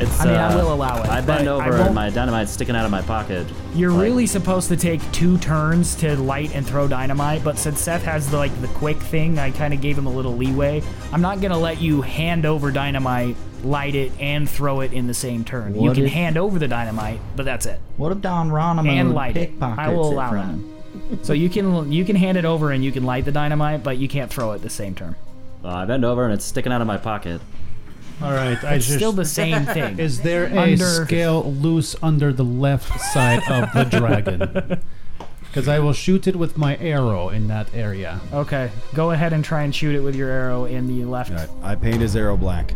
S7: It's.
S6: I mean, I
S7: uh,
S6: will allow it,
S7: I bend
S6: but I
S7: over
S6: won't-
S7: and my dynamite's sticking out of my pocket.
S6: You're really supposed to take two turns to light and throw dynamite, but since Seth has the, like the quick thing, I kind of gave him a little leeway. I'm not gonna let you hand over dynamite, light it, and throw it in the same turn. you
S14: What
S6: can
S14: if-
S6: hand over the dynamite, but that's it.
S14: What if Don Ronimo
S6: And light it.
S14: pickpockets
S6: I will
S14: it
S6: allow
S14: from him?
S6: that. so you can you can hand it over and you can light the dynamite, but you can't throw it the same turn.
S7: Uh, I bend over and it's sticking out of my pocket.
S5: All right, I
S6: It's
S5: just.
S6: still the same thing.
S5: Is there a
S6: Under-
S5: scale loose under the left side of the dragon? Because I will shoot it with my arrow in that area.
S6: Okay, go ahead and try and shoot it with your arrow in the left.
S8: All right, I paint his arrow black.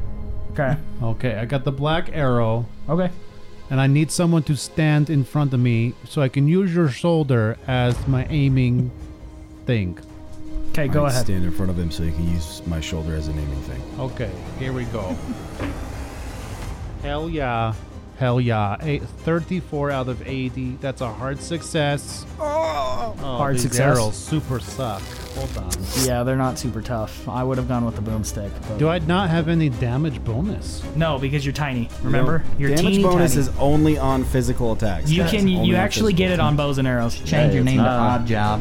S6: Okay.
S5: Okay, I got the black arrow.
S6: Okay.
S5: And I need someone to stand in front of me so I can use your shoulder as my aiming thing.
S6: Okay, go
S8: I
S6: ahead.
S8: Stand in front of him so he can use my shoulder as an aiming thing.
S5: Okay, here we go. Hell yeah. Hell yeah. A- 34 out of 80. That's a hard success. Oh,
S6: Hard
S5: these
S6: success.
S5: arrows super suck. Hold on.
S6: Yeah, they're not super tough. I would have gone with the boomstick. but-
S5: Do I not have any damage bonus?
S6: No, because you're tiny. Remember, you're
S8: damage
S6: teeny
S8: bonus
S6: tiny.
S8: is only on physical attacks.
S6: You
S8: That's
S6: can you,
S8: only on
S6: actually get
S8: physical
S6: it on bows and arrows.
S8: Change your name to Odd
S4: Job.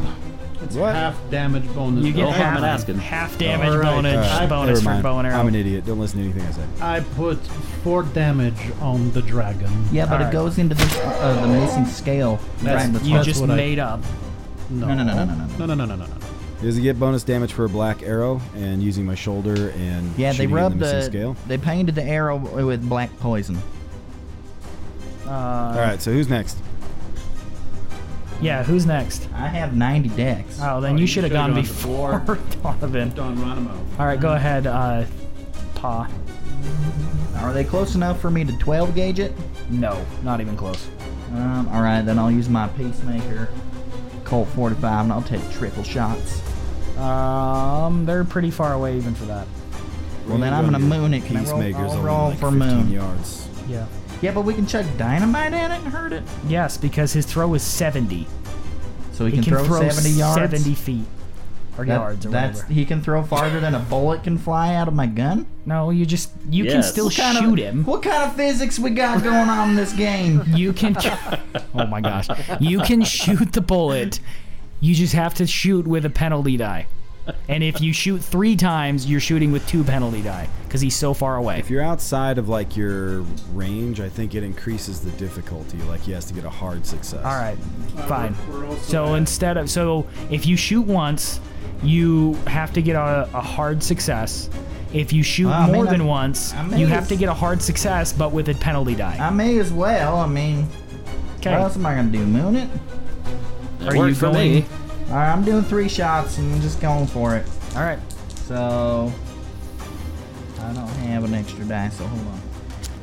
S5: It's half damage bonus.
S6: You get
S5: Oh,
S6: half,
S5: I'm asking.
S6: half damage
S5: All right,
S6: bonus,
S5: all right.
S6: bonus for bow and arrow.
S8: I'm an idiot. Don't listen to anything I say.
S5: I put four damage on the dragon.
S4: Yeah, but it
S5: Alright.
S4: goes into this, uh, the missing scale.
S5: That's-
S4: right,
S5: you just made
S6: up.
S5: No.
S4: No, no, no, no, no, no.
S5: No, no, no, no, no, no.
S8: Does it get bonus damage for a black arrow and using my shoulder and
S4: Yeah, they
S8: shooting in the
S4: rubbed
S8: missing
S4: the.
S8: scale?
S4: They painted the arrow with black poison.
S6: Uh,
S8: All right, so who's next?
S6: Yeah, who's next?
S4: I have 90 decks.
S6: Oh, then you, should have gone, before Donovan.
S5: Don Ronimo.
S6: All right, go ahead, uh, Pa.
S4: Are they close enough for me to 12 gauge it?
S6: No, not even close.
S4: Um, all right, then I'll use my peacemaker, Colt 45, and I'll take triple shots.
S6: Um, they're pretty far away even for that.
S4: Well, then I'm gonna moon it. Can I roll,
S8: Peacemaker's
S4: I'll
S8: only
S4: roll
S8: like
S4: for
S8: 15
S4: moon.
S8: yards.
S6: Yeah.
S4: Yeah, but we can chuck dynamite at it and hurt it.
S6: Yes, because his throw is 70.
S4: So he can throw 70 yards?
S6: 70 feet or
S4: That-
S6: yards or
S4: that's,
S6: whatever.
S4: He can throw farther than a bullet can fly out of my gun.
S6: No, you just you can
S4: Yes.
S6: still
S4: What kind of-
S6: shoot him.
S4: What kind of physics we got going on in this game?
S6: You can. Oh my gosh. You can shoot the bullet. You just have to shoot with a penalty die. And if you shoot three times, you're shooting with two penalty die because he's so far away.
S8: If you're outside of like your range, I think it increases the difficulty. Like he has to get a hard success.
S6: All right, fine.
S5: we're also
S6: So instead of so if you shoot once, you have to get a, a hard success. If you shoot
S4: Well, I
S6: more
S4: mean,
S6: than
S4: I-
S6: once,
S4: I may
S6: you have
S4: as-
S6: to get a hard success, but with a penalty die.
S4: I may as well. I mean,
S6: Okay.
S4: what else am I gonna do? Moon it?
S7: It worked for me.
S4: All right, I'm doing three shots and I'm just going for it.
S6: All right.
S4: So I don't have an extra die, so hold on.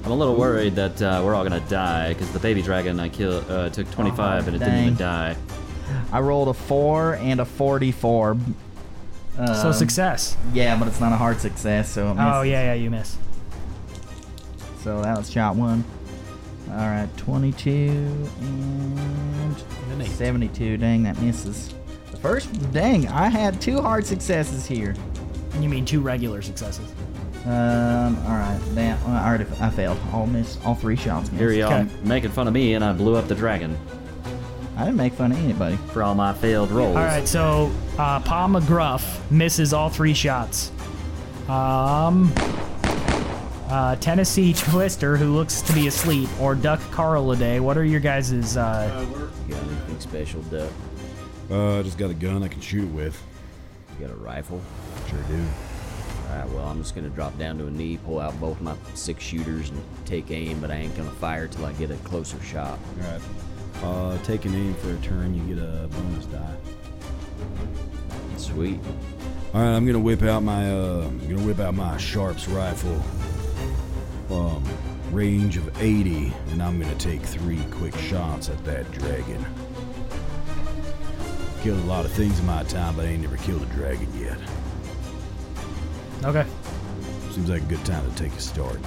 S7: I'm a little worried that uh, we're all gonna die because the baby dragon I killed uh, took
S6: Oh,
S7: 25 and it didn't even die.
S4: I rolled a four and a forty-four.
S6: So
S4: Um,
S6: success.
S4: Yeah, but it's not a hard success, so it
S6: Oh
S4: misses.
S6: yeah, yeah, you miss.
S4: So that was shot one. All right, 22 and 72. Dang, that misses. The first, dang, I had two hard successes here.
S6: You mean two regular successes?
S4: Um, all right, that well, I already I failed. All missed, all three shots. Missed.
S7: Here y'all making fun of me and I blew up the dragon
S4: I didn't make fun of anybody.
S7: for all my failed rolls.
S6: All right, so uh, Pa McGruff misses all three shots. Um, uh, Tennessee Twister, who looks to be asleep, or Duck Carliday. What are your guys' uh,
S3: You got anything special, Duck?
S8: Uh, I just got a gun I can shoot it with.
S3: You got a rifle?
S8: Sure do.
S3: Alright, well, I'm just gonna drop down to a knee, pull out both my six shooters, and take aim, but I ain't gonna fire till I get a closer shot.
S8: All right. Uh, take an aim for a turn. You get a bonus die.
S3: Sweet.
S8: All right, I'm gonna whip out my uh, I'm gonna whip out my Sharps rifle. Um, range of 80, and I'm gonna take three quick shots at that dragon. Killed a lot of things in my time, but I ain't never killed a dragon yet.
S6: Okay.
S8: Seems like a good time to take a start.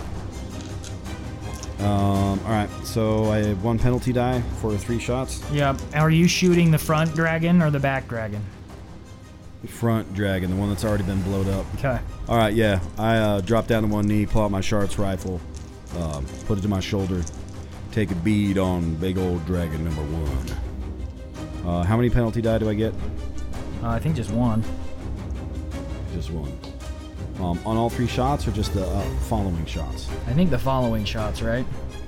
S8: Um, all right, so I have one penalty die for three shots.
S6: Yeah. Are you shooting the front dragon or the back dragon?
S8: Front dragon, the one that's already been blowed up.
S6: Okay.
S8: All right, yeah. I uh, drop down to one knee, pull out my Sharps rifle, um, put it to my shoulder, take a bead on big old dragon number one. Uh, how many penalty die do I get?
S6: Uh, I think just one.
S8: Just one. Um, on all three shots or just the uh, following shots?
S6: I think the following shots, right?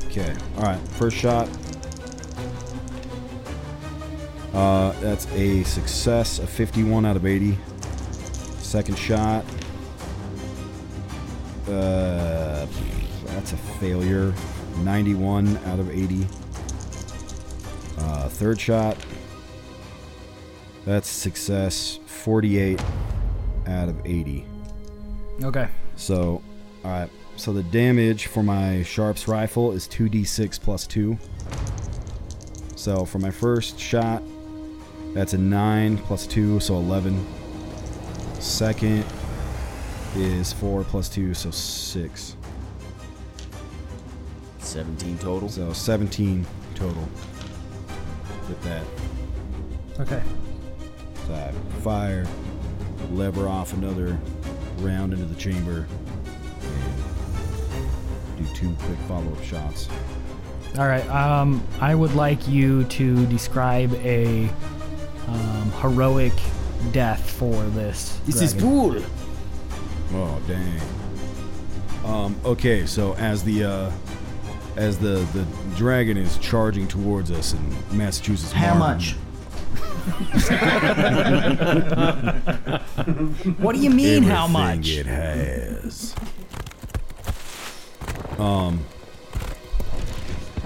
S8: Okay. All right. First shot. Uh, that's a success, a 51 out of 80. Second shot. Uh, that's a failure, 91 out of 80. Uh, third shot. That's success, 48 out of 80.
S6: Okay.
S8: So, all right. So the damage for my Sharps rifle is 2d6 plus 2. So for my first shot, that's a 9 plus 2, so 11. Second is 4 plus 2, so 6.
S3: Seventeen total.
S8: So seventeen total. With that.
S18: Okay.
S8: So I fire, lever off another round into the chamber, and do two quick follow-up shots.
S6: All right. Um, I would like you to describe a um, heroic death for this.
S3: This is
S6: dragon.
S3: cool.
S8: Oh dang. Um, okay, so as the uh, as the the dragon is charging towards us in Massachusetts,
S4: How
S8: Marvin-
S18: What do you mean, how
S8: Everything
S18: much?
S8: It has. Um.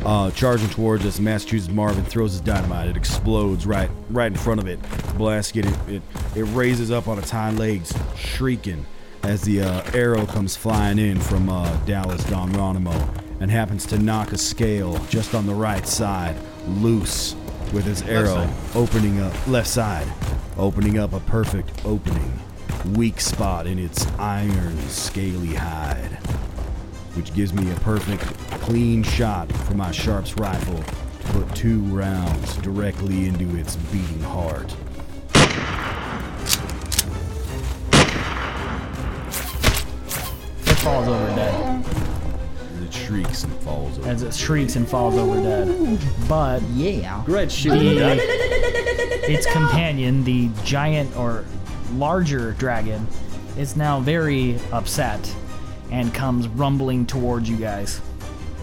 S8: Uh, charging towards us, Massachusetts Marvin throws his dynamite. It explodes right, right in front of it. Blast it, it, it raises up on its hind legs, shrieking, as the uh, arrow comes flying in from uh, Dallas Don Ronimo, and happens to knock a scale just on the right side loose with his arrow,
S19: side.
S8: opening up left side, opening up a perfect opening, weak spot in its iron scaly hide which gives me a perfect, clean shot for my Sharps rifle to put two rounds directly into its beating heart.
S18: It falls over dead.
S8: As it shrieks and falls over.
S18: As it shrieks and falls over dead. But
S4: yeah,
S7: great
S6: shooting, Doug. its companion, the giant or larger dragon, is now very upset and comes rumbling towards you guys.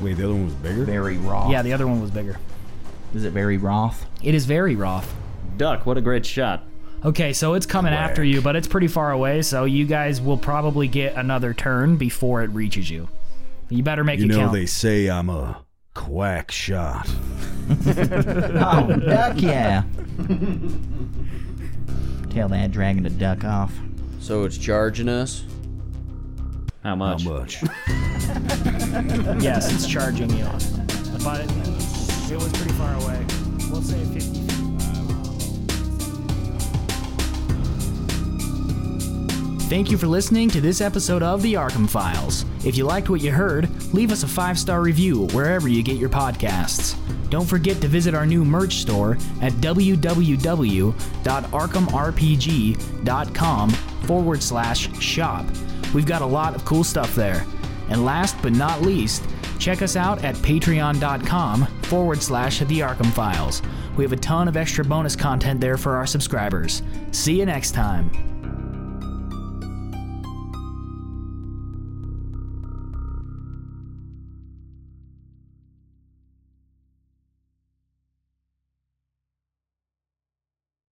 S8: Wait, the other one was bigger?
S4: Very raw.
S6: Yeah, the other one was bigger.
S4: Is it very Roth?
S6: It is very Roth.
S7: Duck, what a great shot.
S6: Okay, so it's coming after you, but it's pretty far away, so you guys will probably get another turn before it reaches you. You better make
S8: you
S6: it
S8: know,
S6: count.
S8: they say I'm a quack shot.
S4: oh, duck yeah. Tell that dragon to duck off.
S3: So it's charging us.
S7: How much?
S8: How much?
S6: yes, it's charging you. But it was pretty far away. We'll say 50. Thank you for listening to this episode of The Arkham Files. If you liked what you heard, leave us a five star review wherever you get your podcasts. Don't forget to visit our new merch store at www.arkhamrpg.com forward slash shop. We've got a lot of cool stuff there. And last but not least, check us out at patreon.com forward slash The Arkham Files. We have a ton of extra bonus content there for our subscribers. See you next time.